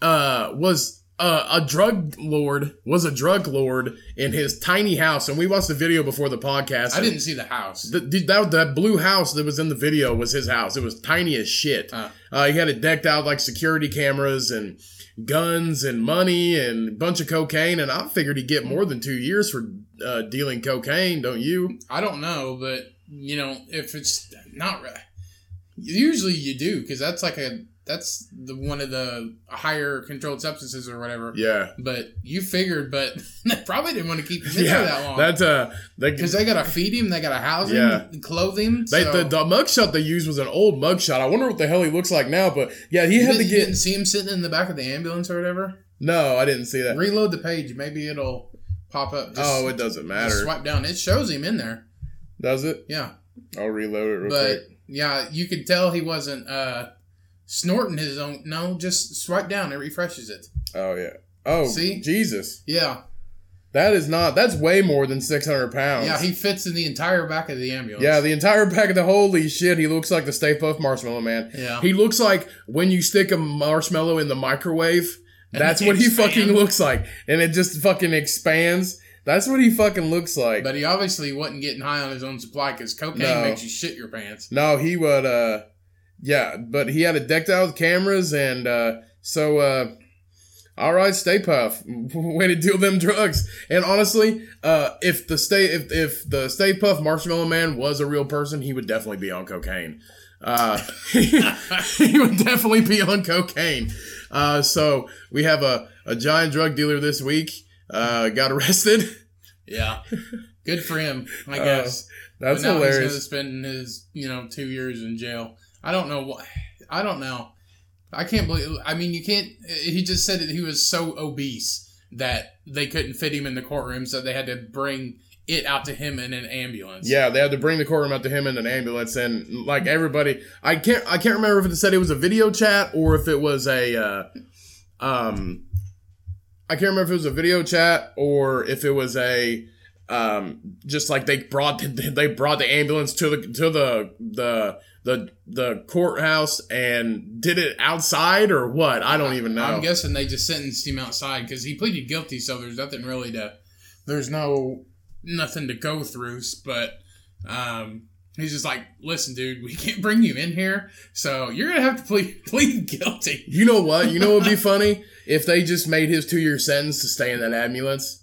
uh, was uh, a drug lord was a drug lord in his tiny house, and we watched the video before the podcast.
I didn't see the house.
The, the- that, that blue house that was in the video was his house. It was tiny as shit.
Uh.
Uh, he had it decked out like security cameras and guns and money and a bunch of cocaine. And I figured he'd get more than two years for uh, dealing cocaine, don't you?
I don't know, but you know, if it's not re- usually you do because that's like a that's the one of the higher controlled substances or whatever.
Yeah.
But you figured, but <laughs> they probably didn't want to <laughs> keep him in there that long
That's uh, that,
because they gotta feed him, they gotta house him,
Yeah.
clothe him.
they,
so-
the, the mugshot they used was an old mugshot. I wonder what the hell he looks like now. But yeah, he
you,
had
didn't,
to
you
get.
didn't see him sitting in the back of the ambulance or whatever.
No, I didn't see that.
Reload the page, maybe it'll pop up. Just,
oh, it doesn't
just
matter,
swipe down. It shows him in there.
does it?
Yeah.
I'll reload it real
but
quick.
yeah, you could tell he wasn't uh, snorting his own. No, just swipe down; it refreshes it.
Oh yeah. Oh,
See?
Jesus,
Yeah,
that is not. That's way more than six hundred pounds.
yeah, he fits in the entire back of the ambulance.
Oh. Yeah, the entire pack of the holy shit. He looks like the Stay Puft Marshmallow Man.
yeah.
He looks like when you stick a marshmallow in the microwave.
And
That's
it
what
<laughs>
he
expands.
fucking looks like, and it just fucking expands. That's what he fucking looks like.
but he obviously wasn't getting high on his own supply because cocaine
No.
makes you shit your pants.
No, he would. uh Yeah, but he had it decked out with cameras, and uh so. uh all right, Stay Puff, <laughs> way to deal them drugs. And honestly, uh, if the Stay if if the Stay Puff Marshmallow Man was a real person, he would definitely be on cocaine. Uh, <laughs> he would definitely be on cocaine. Uh, so we have a a giant drug dealer this week. Uh, got arrested. <laughs>
Yeah, good for him, I
Uh,
guess.
That's
but now He's
hilarious.
gonna spend his you know two years in jail. I don't know what. I don't know. I can't believe. I mean, you can't. He just said that he was so obese that they couldn't fit him in the courtroom, so they had to bring it out to him in an ambulance.
Yeah, they had to bring the courtroom out to him in an ambulance, and like everybody, I can't I can't remember if it said it was a video chat or if it was a, uh, um, I can't remember if it was a video chat or if it was a, um, just like they brought they brought the <laughs> ambulance to the to the the the the courthouse and did it outside or what? I don't even know.
I'm guessing they just sentenced him outside because he pleaded guilty, so there's nothing really to. There's no nothing to go through, s- but um, he's just like, listen, dude, we can't bring you in here, so you're gonna have to plead <laughs> plead guilty.
you know what? You know what would be funny if they just made his two year sentence to stay in that ambulance.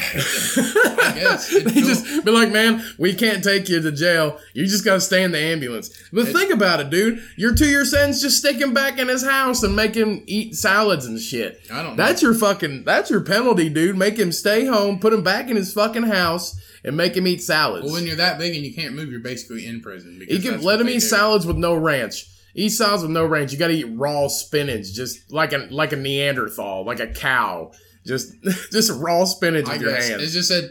I
guess.
they just be like, man, we can't take you to jail. You just gotta stay in the ambulance. But
It-
think about it, dude. Your two year sentence just stick him back in his house and make him eat salads and shit.
I don't. know.
That's your fucking that's your penalty, dude. Make him stay home, put him back in his fucking house, and make him eat salads.
Well, when you're that big and you can't move, you're basically in prison. Because
He can
that's
let
what
him
they
eat
do.
salads with no ranch. Eat salads with no ranch. You got to eat raw spinach, just like a like a Neanderthal, like a cow. Just <laughs> just raw spinach
I
with your
guess.
hands.
It's just said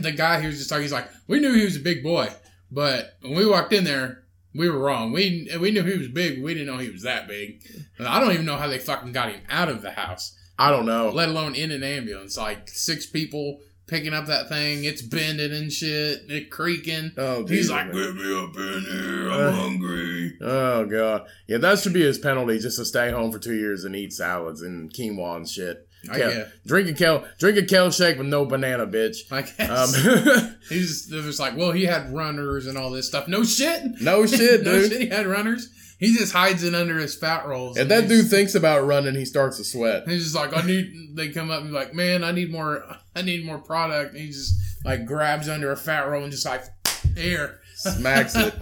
<laughs> the guy who was just talking. He's like, we knew he was a big boy, but when we walked in there, we were wrong. We we knew he was big. We didn't know he was that big. And I don't even know how they fucking got him out of the house,
I don't know.
let alone in an ambulance. Like six people picking up that thing. It's bending and shit. It creaking.
Oh,
He's
Jesus,
like,
man.
get me up in here.
Uh.
I'm hungry.
oh god, yeah, that should be his penalty, just to stay home for two years and eat salads and quinoa and shit.
I
Yeah.
guess.
Drink a kale, drink a kale shake with no banana, bitch.
I guess.
Um, <laughs>
He's they're just like, well, he had runners and all this stuff. No shit.
no shit,
<laughs>
dude.
no shit. He had runners. He just hides it under his fat rolls.
If
And
that
he's-
dude thinks about running, he starts to
<laughs>
sweat.
he's just like, I need. They come up and be like, man, I need more. I need more product. And he just like grabs under a fat roll and just like, <laughs> here.
Smacks <laughs> it.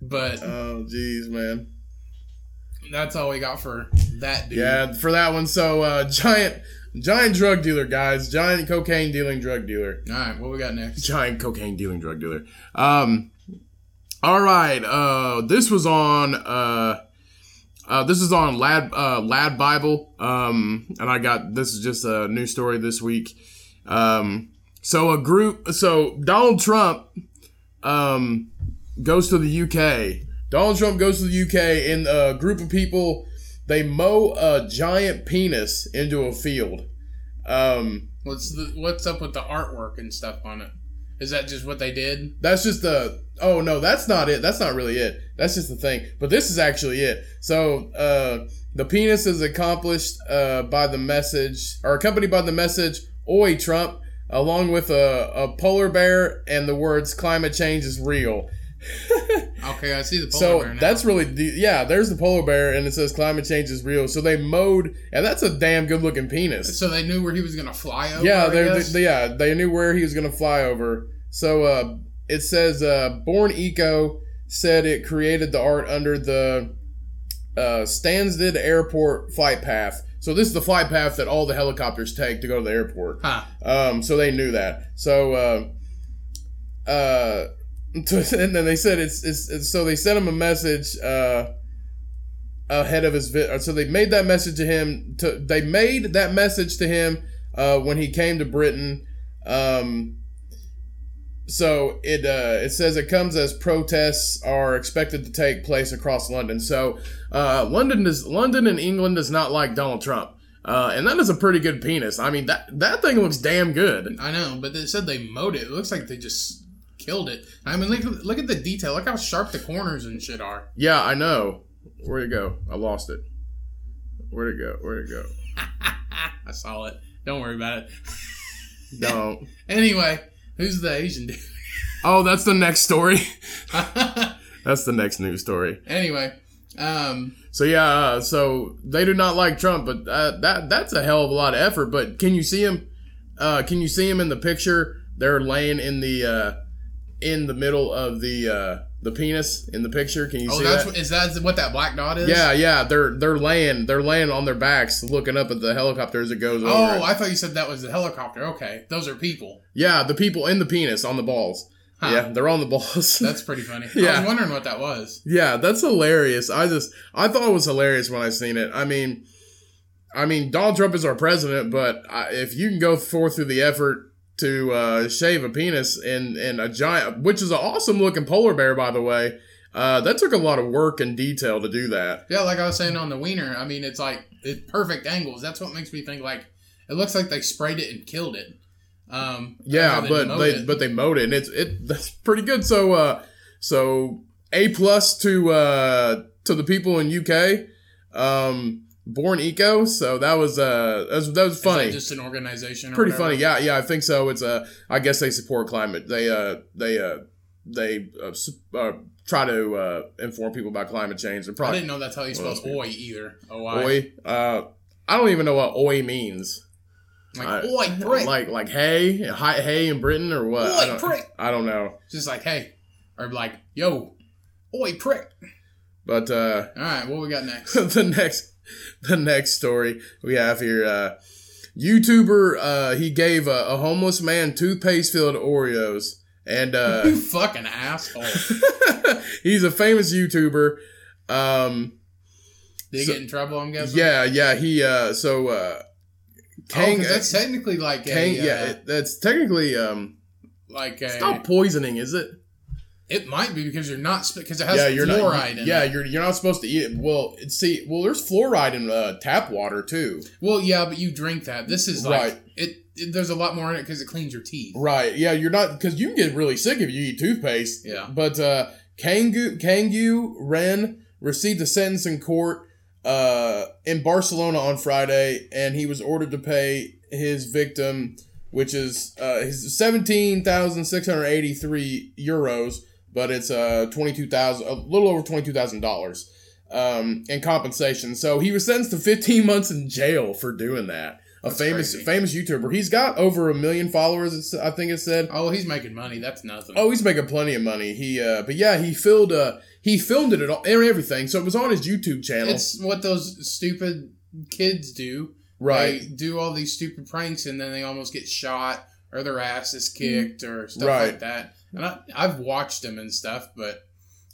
but
Oh, jeez, man.
that's all we got for that dude.
Yeah, for that one. So uh, giant, giant drug dealer, guys. Giant cocaine dealing drug dealer.
All right, what we got next?
<laughs> Giant cocaine dealing drug dealer. Um, all right. Uh, this was on. Uh, uh, this is on Lad uh, Lad Bible. Um, and I got this is just a new story this week. Um, so a group. So Donald Trump. Um, goes to the UK. Donald Trump goes to the UK, and a group of people they mow a giant penis into a field. Um,
What's the What's up with the artwork and stuff on it? Is that just what they did?
that's just the. Oh no, that's not it. That's not really it. That's just the thing. But this is actually it. So uh, The penis is accomplished uh, by the message, or accompanied by the message, Oi, Trump, along with a, a polar bear and the words, climate change is real.
Okay, I see the polar
so
bear now.
that's really, the, yeah, there's the polar bear, and it says climate change is real. So they mowed, and that's a damn good looking penis.
so they knew where he was gonna fly over.
Yeah,
I
they,
guess?
they, yeah, they knew where he was going to fly over. So uh, it says, uh, Born Eco said it created the art under the uh, Stansted Airport flight path. So this is the flight path that all the helicopters take to go to the airport.
huh.
Um, so they knew that. So, uh, uh, <laughs> and then they said it's, it's, it's so they sent him a message, uh, ahead of his vi- uh, so they made that message to him to they made that message to him uh, when he came to Britain um, so it uh, it says it comes as protests are expected to take place across London so uh, London does London and England does not like Donald Trump uh, and that is a pretty good penis I mean that that thing looks damn good
I know, but they said they mowed it. It looks like they just killed it. I mean, look, look at the detail. Look how sharp the corners and shit are.
yeah I know where'd it go I lost it where'd it go where'd it go
I saw it. Don't worry about it.
don't
<laughs> Anyway, who's the Asian dude? <laughs>
oh that's the next story <laughs> that's the next news story
anyway, um,
So yeah, uh, so they do not like Trump, but uh, that that's a hell of a lot of effort. But can you see him? Uh, can you see him in the picture? They're laying in the uh, in the middle of the uh, the penis in the picture. Can you
oh,
see
that's
that?
what, is that what that black dot is?
yeah, yeah, they're they're laying they're laying on their backs, looking up at the helicopter as it goes over.
Oh, I thought you said that was the helicopter. Okay, those are people.
yeah, the people in the penis on the balls.
Huh.
Yeah, they're on the balls.
That's pretty funny. I
Yeah.
was wondering what that was.
<laughs> Yeah, that's hilarious. I just I thought it was hilarious when I seen it. I mean, I mean Donald Trump is our president, but I, if you can go forth through the effort to uh, shave a penis and and a giant, which is an awesome looking polar bear, by the way, uh, that took a lot of work and detail to do that.
Yeah, like I was saying on the wiener. I mean, it's like it perfect angles. That's what makes me think like it looks like they sprayed it and killed it. Um, rather
Yeah,
than
but
mowed
they
it.
but they mowed it, and it's it that's pretty good. So uh, so a plus to uh to the people in UK. Um, Born Eco, so that was uh that was, that was
Is that
funny.
just an organization. Or
pretty
whatever?
funny. Yeah, yeah, I think so. It's uh, I guess they support climate. They uh, they uh, they uh, su- uh, try to uh, inform people about climate change and
I
probably
didn't know that's how you
Well,
spell oi either. Oi.
oi. Uh, I don't even know what oi means.
Like
I-
oi prick.
Like like hey, hi, hey in Britain or what? I
oi
don't,
prick.
I don't know.
Just like hey, or like yo, oi prick.
But uh,
All right, what we got next?
<laughs> the next the next story we have here. Uh, YouTuber, uh, he gave a, a homeless man toothpaste filled Oreos, and uh,
<laughs>
<laughs>
you fucking asshole.
he's a famous YouTuber. Um,
Did he
So-
get in trouble? I'm guessing.
yeah, yeah, he uh, so uh,
Kang,
Kang,
Oh,
uh,
that's technically like
Kang,
a,
yeah,
uh,
it- that's technically um,
like a.
it's not poisoning, is it?
It might be because you're not because it has
yeah, you're
fluoride
not.
in it.
yeah, you're you're not supposed to eat it. Well, it's- see, well, there's fluoride in uh, tap water too.
Well, yeah, but you drink that. This is like
Right.
it, it- There's a lot more in it because it cleans your teeth.
Right? Yeah, you're not because you can get really sick if you eat toothpaste.
Yeah.
But uh, Kangu Kangu Ren received a sentence in court uh, in Barcelona on Friday, and he was ordered to pay his victim, which is uh, his seventeen thousand six hundred eighty three euros, but it's uh, twenty two thousand, a little over twenty two thousand dollars um, in compensation. So he was sentenced to fifteen months in jail for doing that. A
That's
famous
crazy.
famous YouTuber. He's got over a million followers. it's- I think it said.
Oh, he's making money. That's nothing.
Oh, he's making plenty of money. He, uh, but yeah, he filled, uh, he filmed it at all, and everything. So it was on his YouTube channel,
it's what those stupid kids do.
right?
They do all these stupid pranks and then they almost get shot or their ass is kicked or stuff like
Mm. Right.
that. And I, I've watched them and stuff, but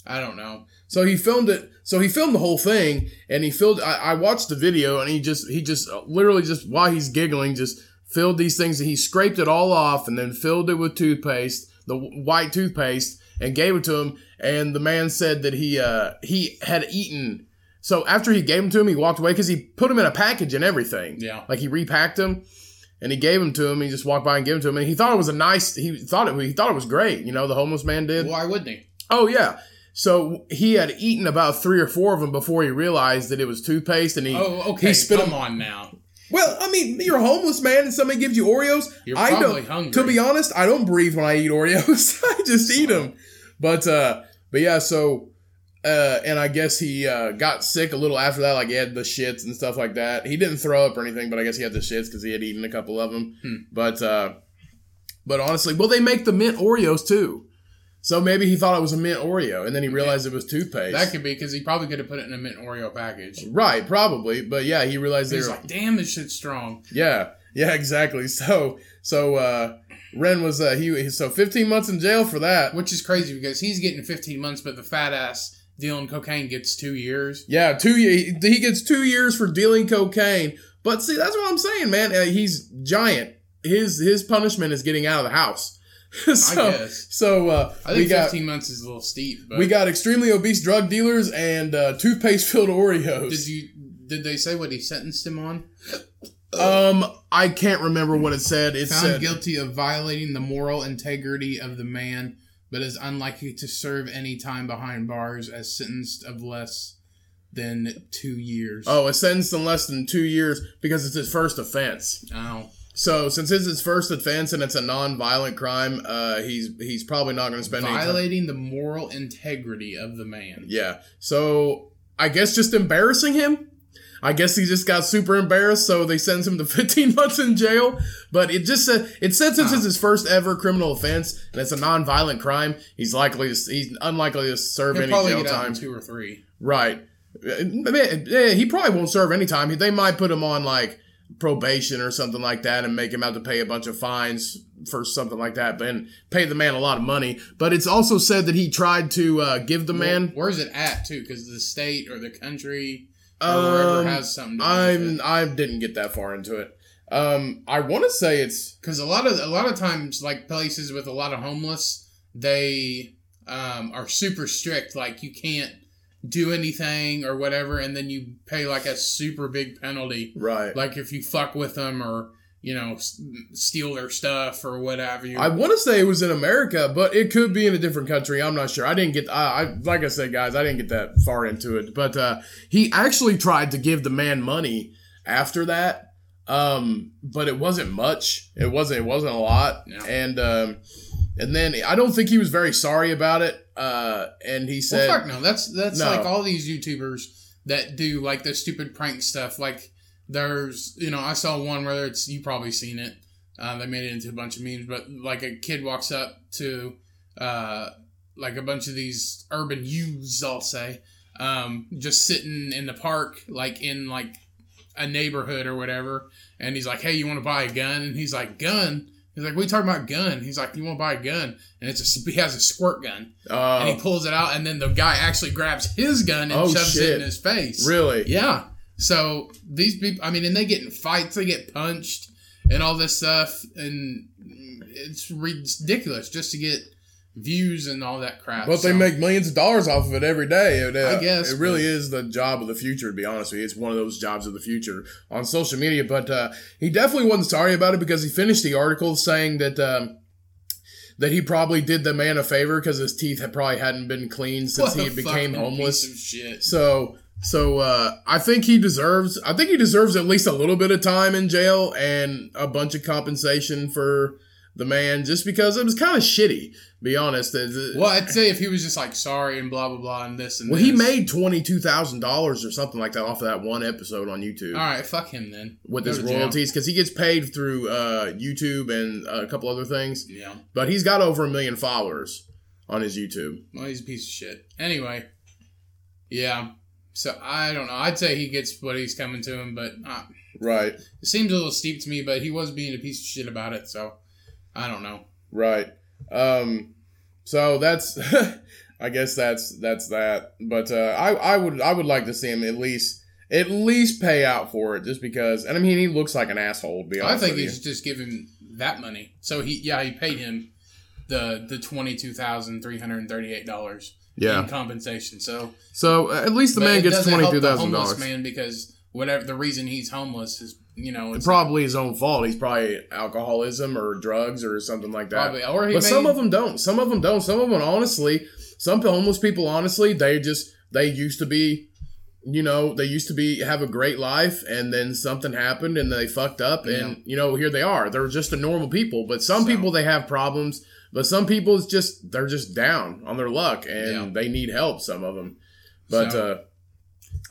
I don't know.
So he filmed it. So he filmed the whole thing, and he filled. I, I watched the video, and he just, he just uh, literally just while he's giggling, just filled these things. And he scraped it all off, and then filled it with toothpaste, the w- white toothpaste, and gave it to him. And the man said that he, uh, he had eaten. So after he gave them to him, he walked away because he put them in a package and everything.
Yeah.
Like he repacked them and he gave them to him. He just walked by and gave them to him. And he thought it was a nice, he thought it, he thought it was great. You know, the homeless man did.
Why wouldn't he?
Oh yeah. So he had eaten about three or four of them before he realized that it was toothpaste, and he
Oh, okay.
he spit
come
them.
on now.
Well, I mean, you're a homeless man, and somebody gives you Oreos.
You're
I
probably
don't.
hungry.
To be honest, I don't breathe when I eat Oreos. <laughs> I just eat them. But uh, but yeah, so uh, and I guess he uh, got sick a little after that. Like he had the shits and stuff like that. He didn't throw up or anything, but I guess he had the shits because he had eaten a couple of them.
Hmm.
But uh, but honestly, well, they make the mint Oreos too. So maybe he thought it was a mint Oreo, and then he realized it was toothpaste.
That could be because he probably could have put it in a mint Oreo package.
right, probably. But yeah, he realized they
He's
were
like, damn, this shit's strong.
Yeah, yeah, exactly. <laughs> So, so uh, Ren was uh, he so 15 months in jail for that.
Which is crazy because he's getting 15 months, but the fat ass dealing cocaine gets two years.
Yeah, two ye- he gets two years for dealing cocaine. But see, that's what I'm saying, man. Uh, he's giant. His his punishment is getting out of the house. <laughs> so,
I guess.
so uh,
I
we
think
got
15 months is a little steep. But
we got extremely obese drug dealers and uh, toothpaste filled
Did
Oreos.
you? Did they say what he sentenced him on?
um, I can't remember what it said. It
Found
said
guilty of violating the moral integrity of the man, but is unlikely to serve any time behind bars, as sentenced of less than two years.
oh, a sentence in less than two years because it's his first offense.
Ow.
So since it's his first offense and it's a non-violent crime, uh, he's he's probably not going to spend any time.
violating the moral integrity of the man.
Yeah. So I guess just embarrassing him. I guess he just got super embarrassed, so they sentence him to <laughs> 15 months in jail. But it just said it said since it's his first ever criminal offense and it's a non-violent crime, he's likely to he's unlikely to serve
He'll
any
probably
jail
get out in
time.
two or three.
Right. Uh, man, yeah, He probably won't serve any time. They might put him on like probation or something like that and make him have to pay a bunch of fines for something like that, but and pay the man a lot of money. But it's also said that he tried to uh, give the man.
Where's it at too? Because the state or the country or
Um,
wherever has something. To
I'm I didn't get that far into it. Um, I want to say it's
because a lot of a lot of times like places with a lot of homeless, they um, are super strict. Like you can't do anything or whatever, and then you pay like a super big penalty.
right.
Like if you fuck with them or you know s- steal their stuff or whatever. You,
I want to say it was in America, but it could be in a different country. I'm not sure. I didn't get. I, I like I said, guys, I didn't get that far into it. But uh, he actually tried to give the man money after that, um, but it wasn't much. It wasn't. It wasn't a lot.
No.
And um, and then I don't think he was very sorry about it. Uh, and he
Well,
said,
fuck no. That's that's
No.
like all these YouTubers that do like the stupid prank stuff. Like there's, you know, I saw one where it's you probably seen it. Uh, they made it into a bunch of memes, but like a kid walks up to uh, like a bunch of these urban youths, I'll say, um, just sitting in the park, like in like a neighborhood or whatever, and he's like, "Hey, you want to buy a gun?" And he's like, "Gun." He's like, "We talking about gun?" He's like, "You want to buy a gun?" And it's a he has a squirt gun and
uh,
he pulls it out, and then the guy actually grabs his gun and
Oh,
shoves
shit.
it in his face.
"Really?
Yeah. So these people, I mean, and they get in fights, they get punched, and all this stuff, and it's ridiculous just to get views and all that crap.
But they
So,
make millions of dollars off of it every day. It, uh,
I guess,
it really is the job of the future. To be honest with you, it's one of those jobs of the future on social media. But uh, he definitely wasn't sorry about it because he finished the article saying that um, that he probably did the man a favor because his teeth had probably hadn't been cleaned since
<laughs> what a
he became
fucking
homeless.
piece of shit.
So so uh, I think he deserves I think he deserves at least a little bit of time in jail and a bunch of compensation for the man just because it was kind of shitty. Be honest. It-
Well, I'd say if he was just like sorry and blah blah blah and this and
well, he
this.
made twenty two thousand dollars or something like that off of that one episode on YouTube
All right, fuck him then.
with
Go
his
to jail.
royalties because he gets paid through uh, YouTube and uh, a couple other things.
Yeah.
But he's got over a million followers on his YouTube.
Well, he's a piece of shit. Anyway, yeah. So I don't know. I'd say he gets what he's coming to him, but uh,
Right,
it seems a little steep to me. But he was being a piece of shit about it, so I don't know.
right. Um, so that's, <laughs> I guess that's that's that. But uh, I I would I would like to see him at least at least pay out for it just because. And I mean, he looks like an asshole. To be
I
honest,
think
with
he
you.
should just give him that money. So he, yeah, he paid him the the twenty two thousand three hundred thirty eight dollars
yeah.
in compensation. So
So uh, at least the
but
man
it
gets
doesn't
twenty
help
two
the
thousand
homeless
dollars.
man because whatever the reason he's homeless is, you know, it's
probably his own fault. He's probably alcoholism or drugs or something like that.
probably or he
but
may-
some of them don't. Some of them don't. Some of them honestly. some homeless people, honestly, they just they used to be, you know, they used to be have a great life, and then something happened and they fucked up, and you know, here they are. They're just a normal people, but some
So-
people they have problems, but some people it's just they're just down on their luck and
Yeah.
they need help. Some of them, but.
So-
uh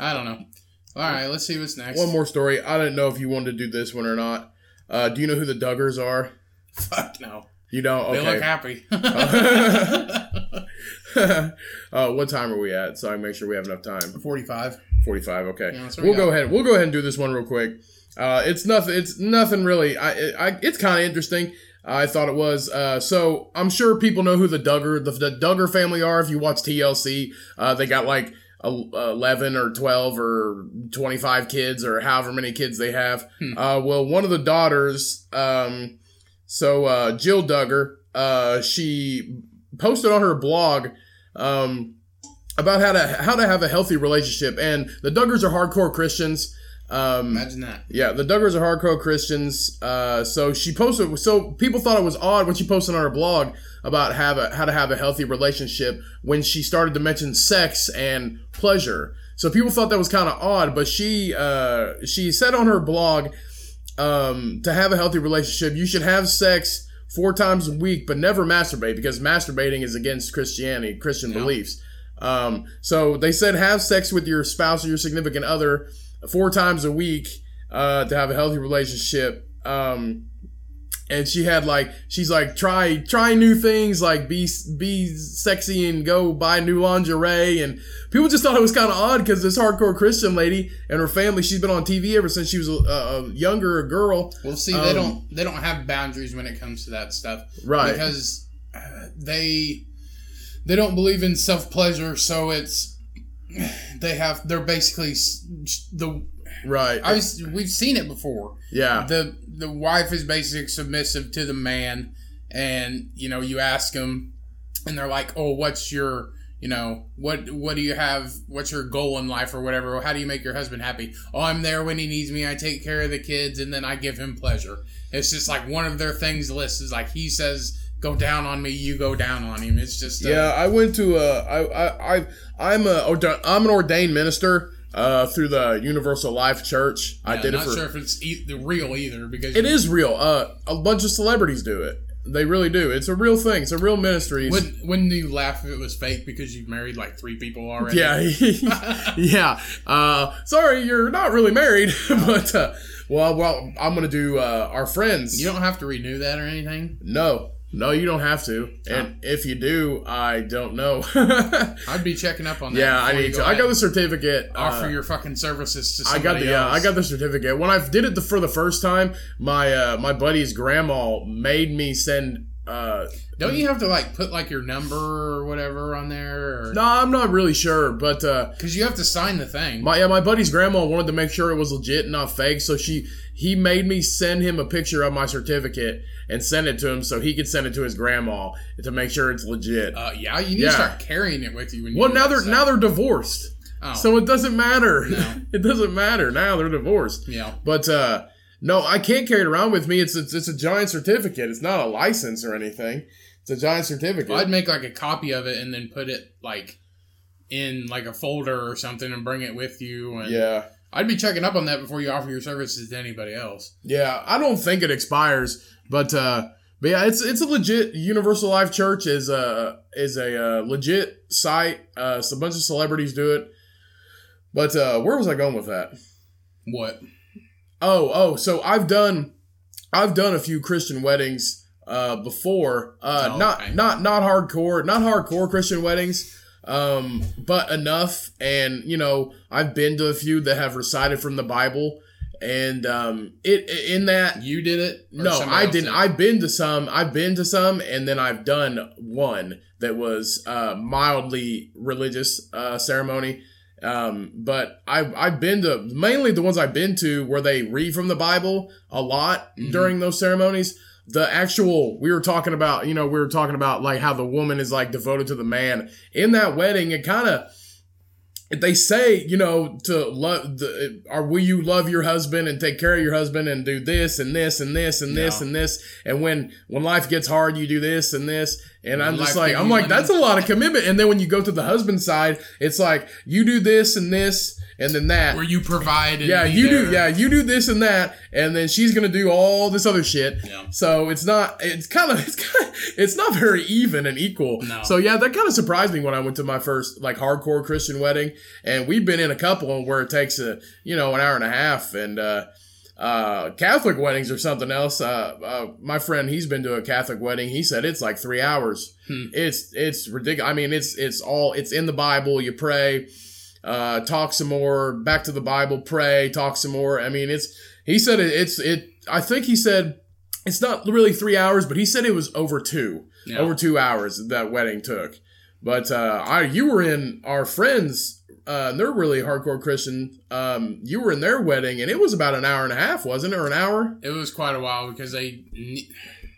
I don't know. All right, let's see what's next.
One more story. I didn't know if you wanted to do this one or not. Uh, do you know who the Duggars are?
Fuck no.
You don't.
They look
Okay.
happy. <laughs>
<laughs> uh, what time are we at? So I make sure we have enough time.
Forty-five.
Forty-five. Okay.
Yeah, that's what we
we'll go
got.
ahead. We'll go ahead and do this one real quick. Uh, it's nothing. It's nothing really. I. I it's kind of interesting. I thought it was. Uh, so I'm sure people know who the Duggar, the, the Duggar family are. If you watch TLC, uh, they got like el- 11 or 12 or 25 kids or however many kids they have.
Hmm.
Uh, well, one of the daughters, um, so uh, Jill Duggar, uh, she posted on her blog um, about how to how to have a healthy relationship, and the Duggars are hardcore Christians. Um,
Imagine that.
yeah, the Duggars are hardcore Christians. Uh, so she posted. So people thought it was odd when she posted on her blog about have a, how to have a healthy relationship when she started to mention sex and pleasure. So people thought that was kind of odd, but she uh, she said on her blog um, to have a healthy relationship, you should have sex four times a week, but never masturbate because masturbating is against Christianity, Christian beliefs. Um, so they said have sex with your spouse or your significant other four times a week uh, to have a healthy relationship. Um, and she had like she's like try try new things like be be sexy and go buy new lingerie and people just thought it was kind of odd because this hardcore Christian lady and her family she's been on TV ever since she was a, a a younger a girl
Well, see,
Um,
they don't they don't have boundaries when it comes to that stuff.
right
because uh, they they don't believe in self pleasure, so it's they have they're basically s- the
right
I was, we've seen it before.
yeah
The the wife is basically submissive to the man, and you know you ask them, and they're like, "Oh, what's your you know what what do you have? What's your goal in life or whatever? How do you make your husband happy? Oh, I'm there when he needs me. I take care of the kids, and then I give him pleasure. It's just like one of their things list is like he says, "Go down on me, you go down on him." It's just uh,
Yeah, I went to uh, I I I I'm a orda- I'm an ordained minister uh, through the Universal Life Church. I
yeah,
did it
not
for
sure if it's e- the real either because
it is real. Uh, a bunch of celebrities do it. They really do. It's a real thing. It's a real ministry.
Wouldn't, wouldn't you laugh if it was fake because you've married like three people already?
Yeah, <laughs> yeah. Uh, sorry, you're not really married, <laughs> but uh, well, well, I'm gonna do uh, our friends.
You don't have to renew that or anything.
no, no, you don't have to.
Oh.
And if you do, I don't know. <laughs>
I'd be checking up on that.
yeah, I
before you
need
go
to. I
ahead
got the
and
certificate.
offer
uh,
your fucking services to
I
somebody
got the yeah,
else.
I got the certificate. When I did it the, for the first time, my uh, my buddy's grandma made me send. Uh,
Don't you have to like put like your number or whatever on there? Or...
no, I'm not really sure, but uh,
because you have to sign the thing.
my yeah, my buddy's grandma wanted to make sure it was legit and not fake, so she he made me send him a picture of my certificate and send it to him so he could send it to his grandma to make sure it's legit.
Uh, yeah, you need
Yeah.
to start carrying it with you. When you
well,
do
now
that
they're
stuff.
now they're divorced,
Oh,
so it doesn't matter.
No.
<laughs> it doesn't matter now they're divorced.
yeah,
But uh, no, I can't carry it around with me. It's, it's it's a giant certificate. It's not a license or anything. It's a giant certificate.
Well, I'd make like a copy of it and then put it like in like a folder or something and bring it with you. And
yeah,
I'd be checking up on that before you offer your services to anybody else.
yeah. I don't think it expires, but uh, but yeah, it's it's a legit Universal Life Church is a is a uh, legit site. Uh, it's a bunch of celebrities do it. But uh, where was I going with that?
What?
Oh, oh, so I've done I've done a few Christian weddings uh before. Uh
Oh,
not
okay.
not not hardcore, not hardcore Christian weddings. Um but enough and you know, I've been to a few that have recited from the Bible and um it in that
You did it? Or
no,
somebody
I
else
didn't.
did it?
I've been to some. I've been to some, and then I've done one that was uh, mildly religious uh, ceremony. Um, but I've I've been to mainly the ones I've been to where they read from the Bible a lot
Mhm.
during those ceremonies. The actual we were talking about, you know, we were talking about like how the woman is like devoted to the man in that wedding. It kind of they say, you know, to love the or will you love your husband and take care of your husband and do this and this and this and this
Yeah.
and this and when when life gets hard you do this and this And I'm
Life
just like,
that
I'm
you
like,
live
that's a
<laughs>
lot of commitment. And then when you go to the husband side, it's like, you do this and this and then that.
where you provide. and
yeah,
be
you do.
there.
Yeah, you do this and that, and then she's gonna do all this other shit.
Yeah.
So it's not. It's kind of. <laughs> It's kind. Of, it's not very even and equal.
No.
So yeah, that kind of surprised me when I went to my first like hardcore Christian wedding, and we've been in a couple where it takes a you know an hour and a half, and uh, uh, Catholic weddings or something else. Uh, uh, my friend, he's been to a Catholic wedding. He said it's like three hours.
Hmm.
It's it's ridiculous. I mean, it's it's all it's in the Bible. You pray, uh, talk some more, back to the Bible, pray, talk some more. I mean, it's he said it, it's it. I think he said it's not really three hours, but he said it was over two,
Yeah.
over two hours that wedding took. But uh, I, you were in our friends. Uh, they're really hardcore Christian. Um, you were in their wedding, and it was about an hour and a half, wasn't it, or an hour?
It was quite a while because they. kne-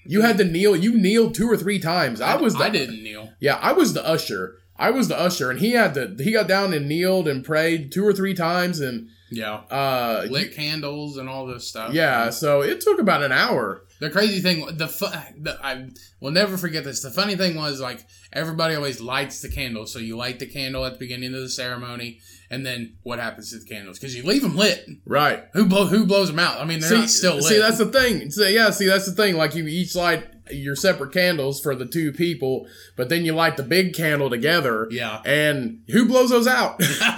You had to kneel. You kneeled two or three times. I was. The,
I didn't kneel.
Yeah, I was the usher. I was the usher, and he had to. He got down and kneeled and prayed two or three times, and
Yeah.
uh,
Lit candles and all this stuff.
yeah. So it took about an hour.
The crazy thing, the, fu- the I will never forget this. The funny thing was, like everybody always lights the candle, so you light the candle at the beginning of the ceremony, and then what happens to the candles? Because you leave them lit.
Right.
Who blow who blows them out? I mean, they're not still lit.
see, that's the thing. So, yeah, see, that's the thing. Like you each light your separate candles for the two people, but then you light the big candle together.
yeah.
And who blows those out? <laughs>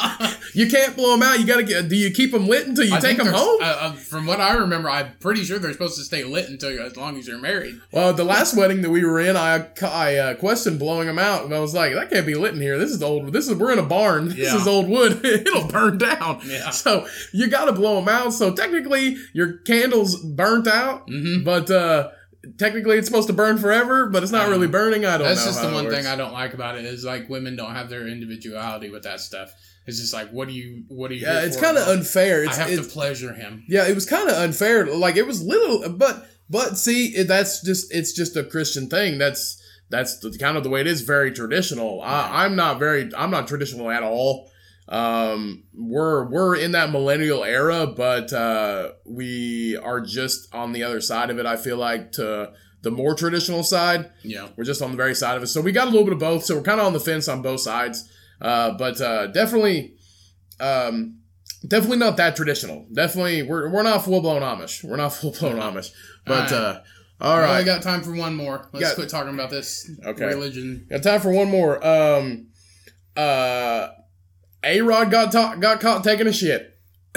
you can't blow them out. You gotta get. Do you keep them lit until <laughs> you
I
take
think
them
they're-
home?
Uh, uh, from what I remember, I'm pretty sure they're supposed to stay lit until you as long as you're
<laughs>
married.
well, the last wedding that we were in, I I uh, questioned blowing them out, and I was like, that can't be lit in here. This is old. This is we're in a barn. <laughs> This
Yeah.
is old wood. It'll burn down. <laughs>
Yeah.
So you gotta blow them out. So technically, your candles burnt out.
Mm-hmm.
But uh technically, it's supposed to burn forever, but it's not
Um,
really burning. I don't
That's
know.
just
how
the
it
one
works.
thing I don't like about it is like women don't have their individuality with that stuff. It's just like, what do you, what do you?
Yeah,
here
it's
for?
kind of unfair.
I
It's,
have
it's
to pleasure him.
yeah, it was kind of unfair. Like it was little, but but see, it, that's just it's just a Christian thing. That's that's the, kind of the way it is. Very traditional. I, I'm not very. I'm not traditional at all. Um, we're we're in that millennial era, but uh, we are just on the other side of it. I feel like to the more traditional side.
Yeah.
We're just on the very side of it. So we got a little bit of both. So we're kind of on the fence on both sides. Uh, but uh, definitely, um, definitely not that traditional. Definitely, we're, we're not full blown Amish. We're not <laughs> full blown Amish. But
All right.
uh, all
I
right,
got time for one more. Let's
Yeah.
quit talking about this
Okay.
religion.
got time for one more. Um, uh, a Rod got ta- got caught taking a shit. <laughs>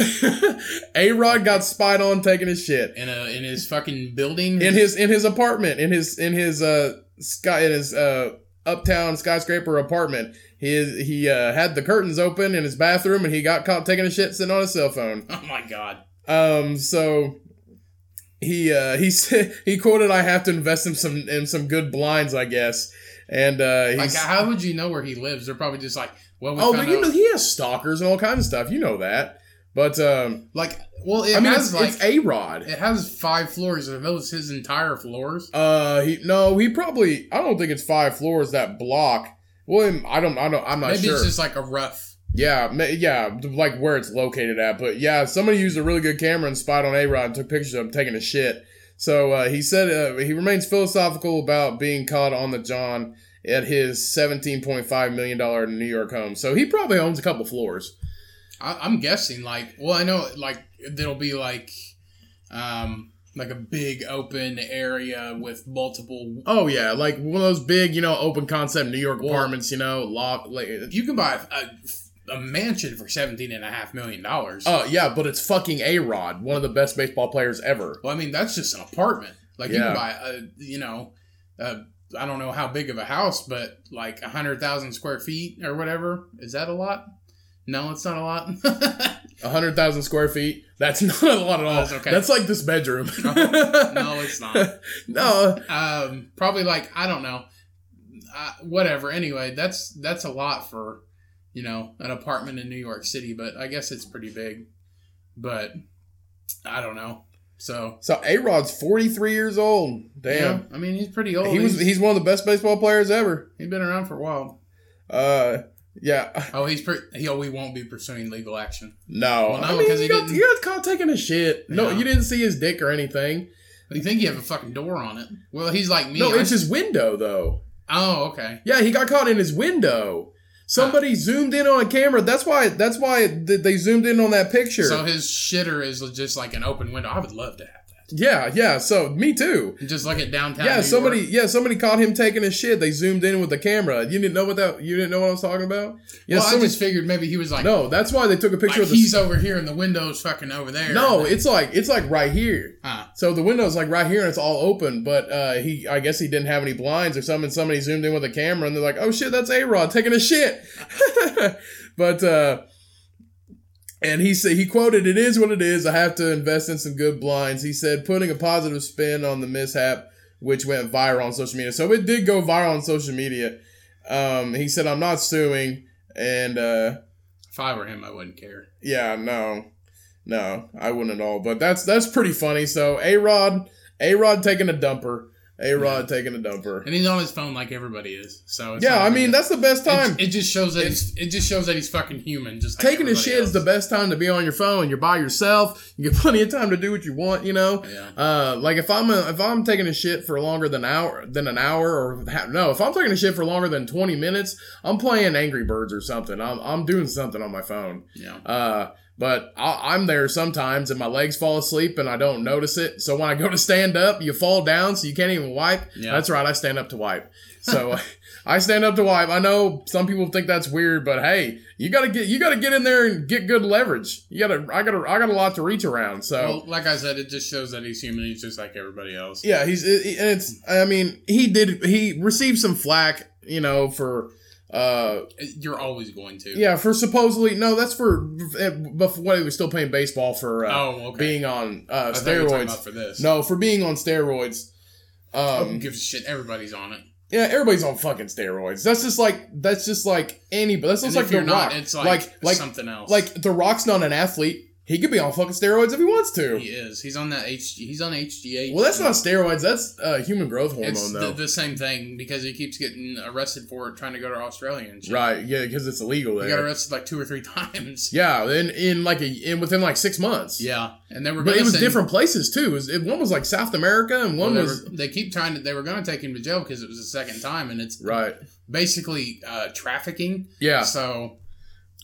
a Rod got spied on taking a shit.
In a in his fucking building.
in his in his apartment in his in his uh sky in his uh uptown skyscraper apartment he he uh, had the curtains open in his bathroom and he got caught taking a shit sitting on his cell phone
<laughs> oh my god.
um so he uh he <laughs> said he quoted i have to invest in some in some good blinds i guess and uh he's
Like, how would you know where he lives? They're probably just like, well, we
oh but
found
you
out-
know he has stalkers and all kinds of stuff you know that but um
like, well, it
i mean
has
it's,
like
it's a rod
it has five floors. Are those his entire floors?
Uh, he no, he probably. I don't think it's five floors that block. Well, I don't. I don't. I'm not
Maybe
sure.
it's just like a rough.
yeah, ma- yeah, like where it's located at. But yeah, somebody used a really good camera and spied on A Rod and took pictures of him taking a shit. So uh, he said uh, he remains philosophical about being caught on the John at his 17.5 million dollar New York home. So he probably owns a couple floors.
I, I'm guessing like well I know like there'll be like um like a big open area with multiple
Oh yeah, like one of those big, you know, open concept New York
Well-
apartments. You know, loft. Like,
you can buy a, a mansion for seventeen and a half million dollars
oh yeah, but it's fucking A Rod, one of the best baseball players ever.
well I mean that's just an apartment like you
Yeah.
can buy a you know a, I don't know how big of a house but like a hundred thousand square feet or whatever is that a lot no it's not a lot <laughs>
Oh, A 100,000 square feet. That's <laughs> not a lot at all.
That's okay.
That's like this bedroom.
No.
<laughs>
no it's not
No,
um, probably like I don't know, uh, whatever. Anyway, that's that's a lot for you know an apartment in New York City, but I guess it's pretty big. But I don't know. So
So A Rod's 43 years old.
yeah,
Damn.
I mean, he's pretty old.
He was
he's,
he's one of the best baseball players ever.
he's been around for a while.
Uh yeah. <laughs>
Oh, he's pretty. He, oh, we won't be pursuing legal action.
No.
Well, no,
I mean,
because
he,
he
got,
didn't-
he got caught taking a shit. No,
Yeah.
you didn't see his dick or anything.
You think you have a fucking door on it? Well, he's like me.
no,
I-
it's his window though.
Oh, okay.
Yeah, he got caught in his window. Somebody zoomed in on a camera. That's why. That's why th- they zoomed in on that picture.
So his shitter is just like an open window. I would love to have that.
yeah, yeah. So me too.
And just look at downtown.
Yeah,
New
somebody.
York.
Yeah, somebody caught him taking a shit. They zoomed in with the camera. You didn't know what that. You didn't know what I was talking about. Yeah,
well, I
somebody-
just figured maybe he was like,
no. That's why they took a picture
like,
of the.
he's over here and the window's fucking over there.
no, it's like it's like right here.
Ah,
So the window's like right here and it's all open, but uh, he I guess he didn't have any blinds or something. Somebody zoomed in with a camera and they're like, "Oh shit, that's A Rod taking a shit." <laughs> but uh, and he said he quoted, "It is what it is. I have to invest in some good blinds." He said, putting a positive spin on the mishap, which went viral on social media. So it did go viral on social media. Um, he said, "I'm not suing," and uh,
if I were him, I wouldn't care.
yeah, no, no, I wouldn't at all. But that's that's pretty funny. So a Rod, a Rod taking a dumper,
<laughs>
a Rod taking a dumper.
And he's on his phone like everybody is. So it's
Yeah,
not
I
really-
mean that's the best time.
It, it just shows that he's, it just shows that he's fucking human. Just like
Taking a
everybody
shit is the
else.
best time to be on your phone. You're by yourself. You get <laughs> plenty of time to do what you want. You know.
Yeah.
Uh, like if I'm a, if I'm taking a shit for longer than hour than an hour or ha- no, if I'm taking a shit for longer than 20 minutes, I'm playing Angry Birds or something. I'm I'm doing something on my phone.
Yeah.
Uh, but I, I'm there sometimes, and my legs fall asleep, and I don't notice it. So when I go to stand up, you fall down, so you can't even wipe.
Yeah.
That's right, I stand up to wipe. So <laughs> I stand up to wipe. I know some people think that's weird, but hey, you gotta get you gotta get in there and get good leverage. You gotta I gotta I got a lot to reach around. So
Well, like I said, it just shows that he's human. He's just like everybody else.
yeah, he's it- it- and it's I mean he did he received some flack you know for uh
You're always going to.
yeah for supposedly no that's for before when he was still playing baseball for uh,
Oh, okay.
being on uh,
I thought you were talking
steroids.
about for this.
No, for being on steroids.
I don't
Um,
give a shit. Everybody's on it.
yeah, everybody's on fucking steroids. That's just like that's just like anybody. That's
And
just
if
like
you're
the
not,
Rock.
it's like,
like like,
something else.
like the Rock's not an athlete. He could be on fucking steroids if he wants to.
he is. He's on that H. He's on HGH.
Well, that's not steroids. That's uh, human growth hormone,
It's
though.
the, the same thing because he keeps getting arrested for it, trying to go to Australia and shit.
right? Yeah, because it's illegal
He
there.
got arrested like two or three <laughs> times.
yeah, in in like a in within like six months.
Yeah, and they were.
but
gonna
it was
send-
different places too. It was, it, one was like South America, and
Well,
one
they,
was
were- they keep trying to. They were going to take him to jail because it was the second time, and it's
right.
basically uh, trafficking.
Yeah,
So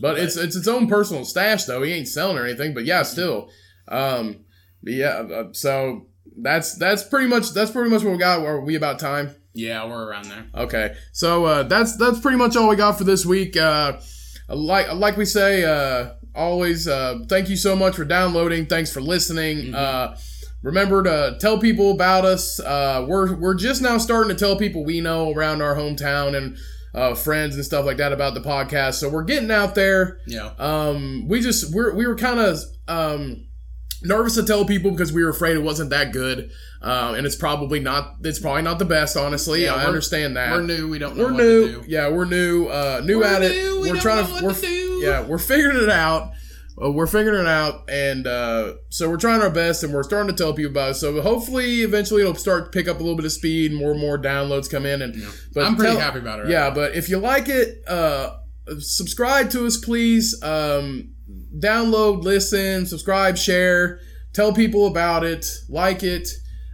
But
But-
it's it's its own personal stash though. He ain't selling or anything. But yeah, still. Um, but yeah. uh, So that's that's pretty much that's pretty much what we got. Are we about time?
yeah, we're around there.
Okay. So uh, that's that's pretty much all we got for this week. Uh, like like we say uh, always. Uh, thank you so much for downloading. Thanks for listening.
Mhm.
Uh, remember to tell people about us. Uh, we're we're just now starting to tell people we know around our hometown and. Uh, friends and stuff like that about the podcast. So we're getting out there
Yeah,
um, we just we're, we were kind of um, nervous to tell people because we were afraid it wasn't that good, um, and it's probably not. It's probably not the best, honestly.
Yeah,
I
we're-
understand that.
we're new. We don't know
We're
what
new.
to do.
Yeah, we're new. Uh, new
We're
at
new,
it.
we
are
don't
trying
know what
we're
to do.
yeah, we're figuring it out. Uh, we're figuring it out, and uh, so we're trying our best, and we're starting to tell people about it. So hopefully, eventually, it'll start to pick up a little bit of speed, and more and more downloads come in, and
Yeah.
but
I'm pretty
tell-
happy about it.
yeah, but if you like it, uh, subscribe to us, please. Um, download, listen, subscribe, share, tell people about it, like it.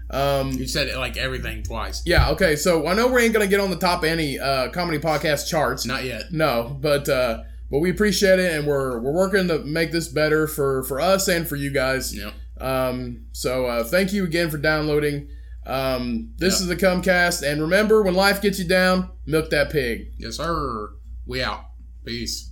Um,
you said it like everything twice.
yeah, okay. So I know we ain't gonna get on the top of any uh, comedy podcast charts.
Not yet.
No, but uh, but we appreciate it, and we're we're working to make this better for for us and for you guys.
Yeah.
Um, so uh, thank you again for downloading. Um, this
Yeah.
is the Cumcast, and remember, when life gets you down, milk that pig.
Yes, sir. We out. Peace.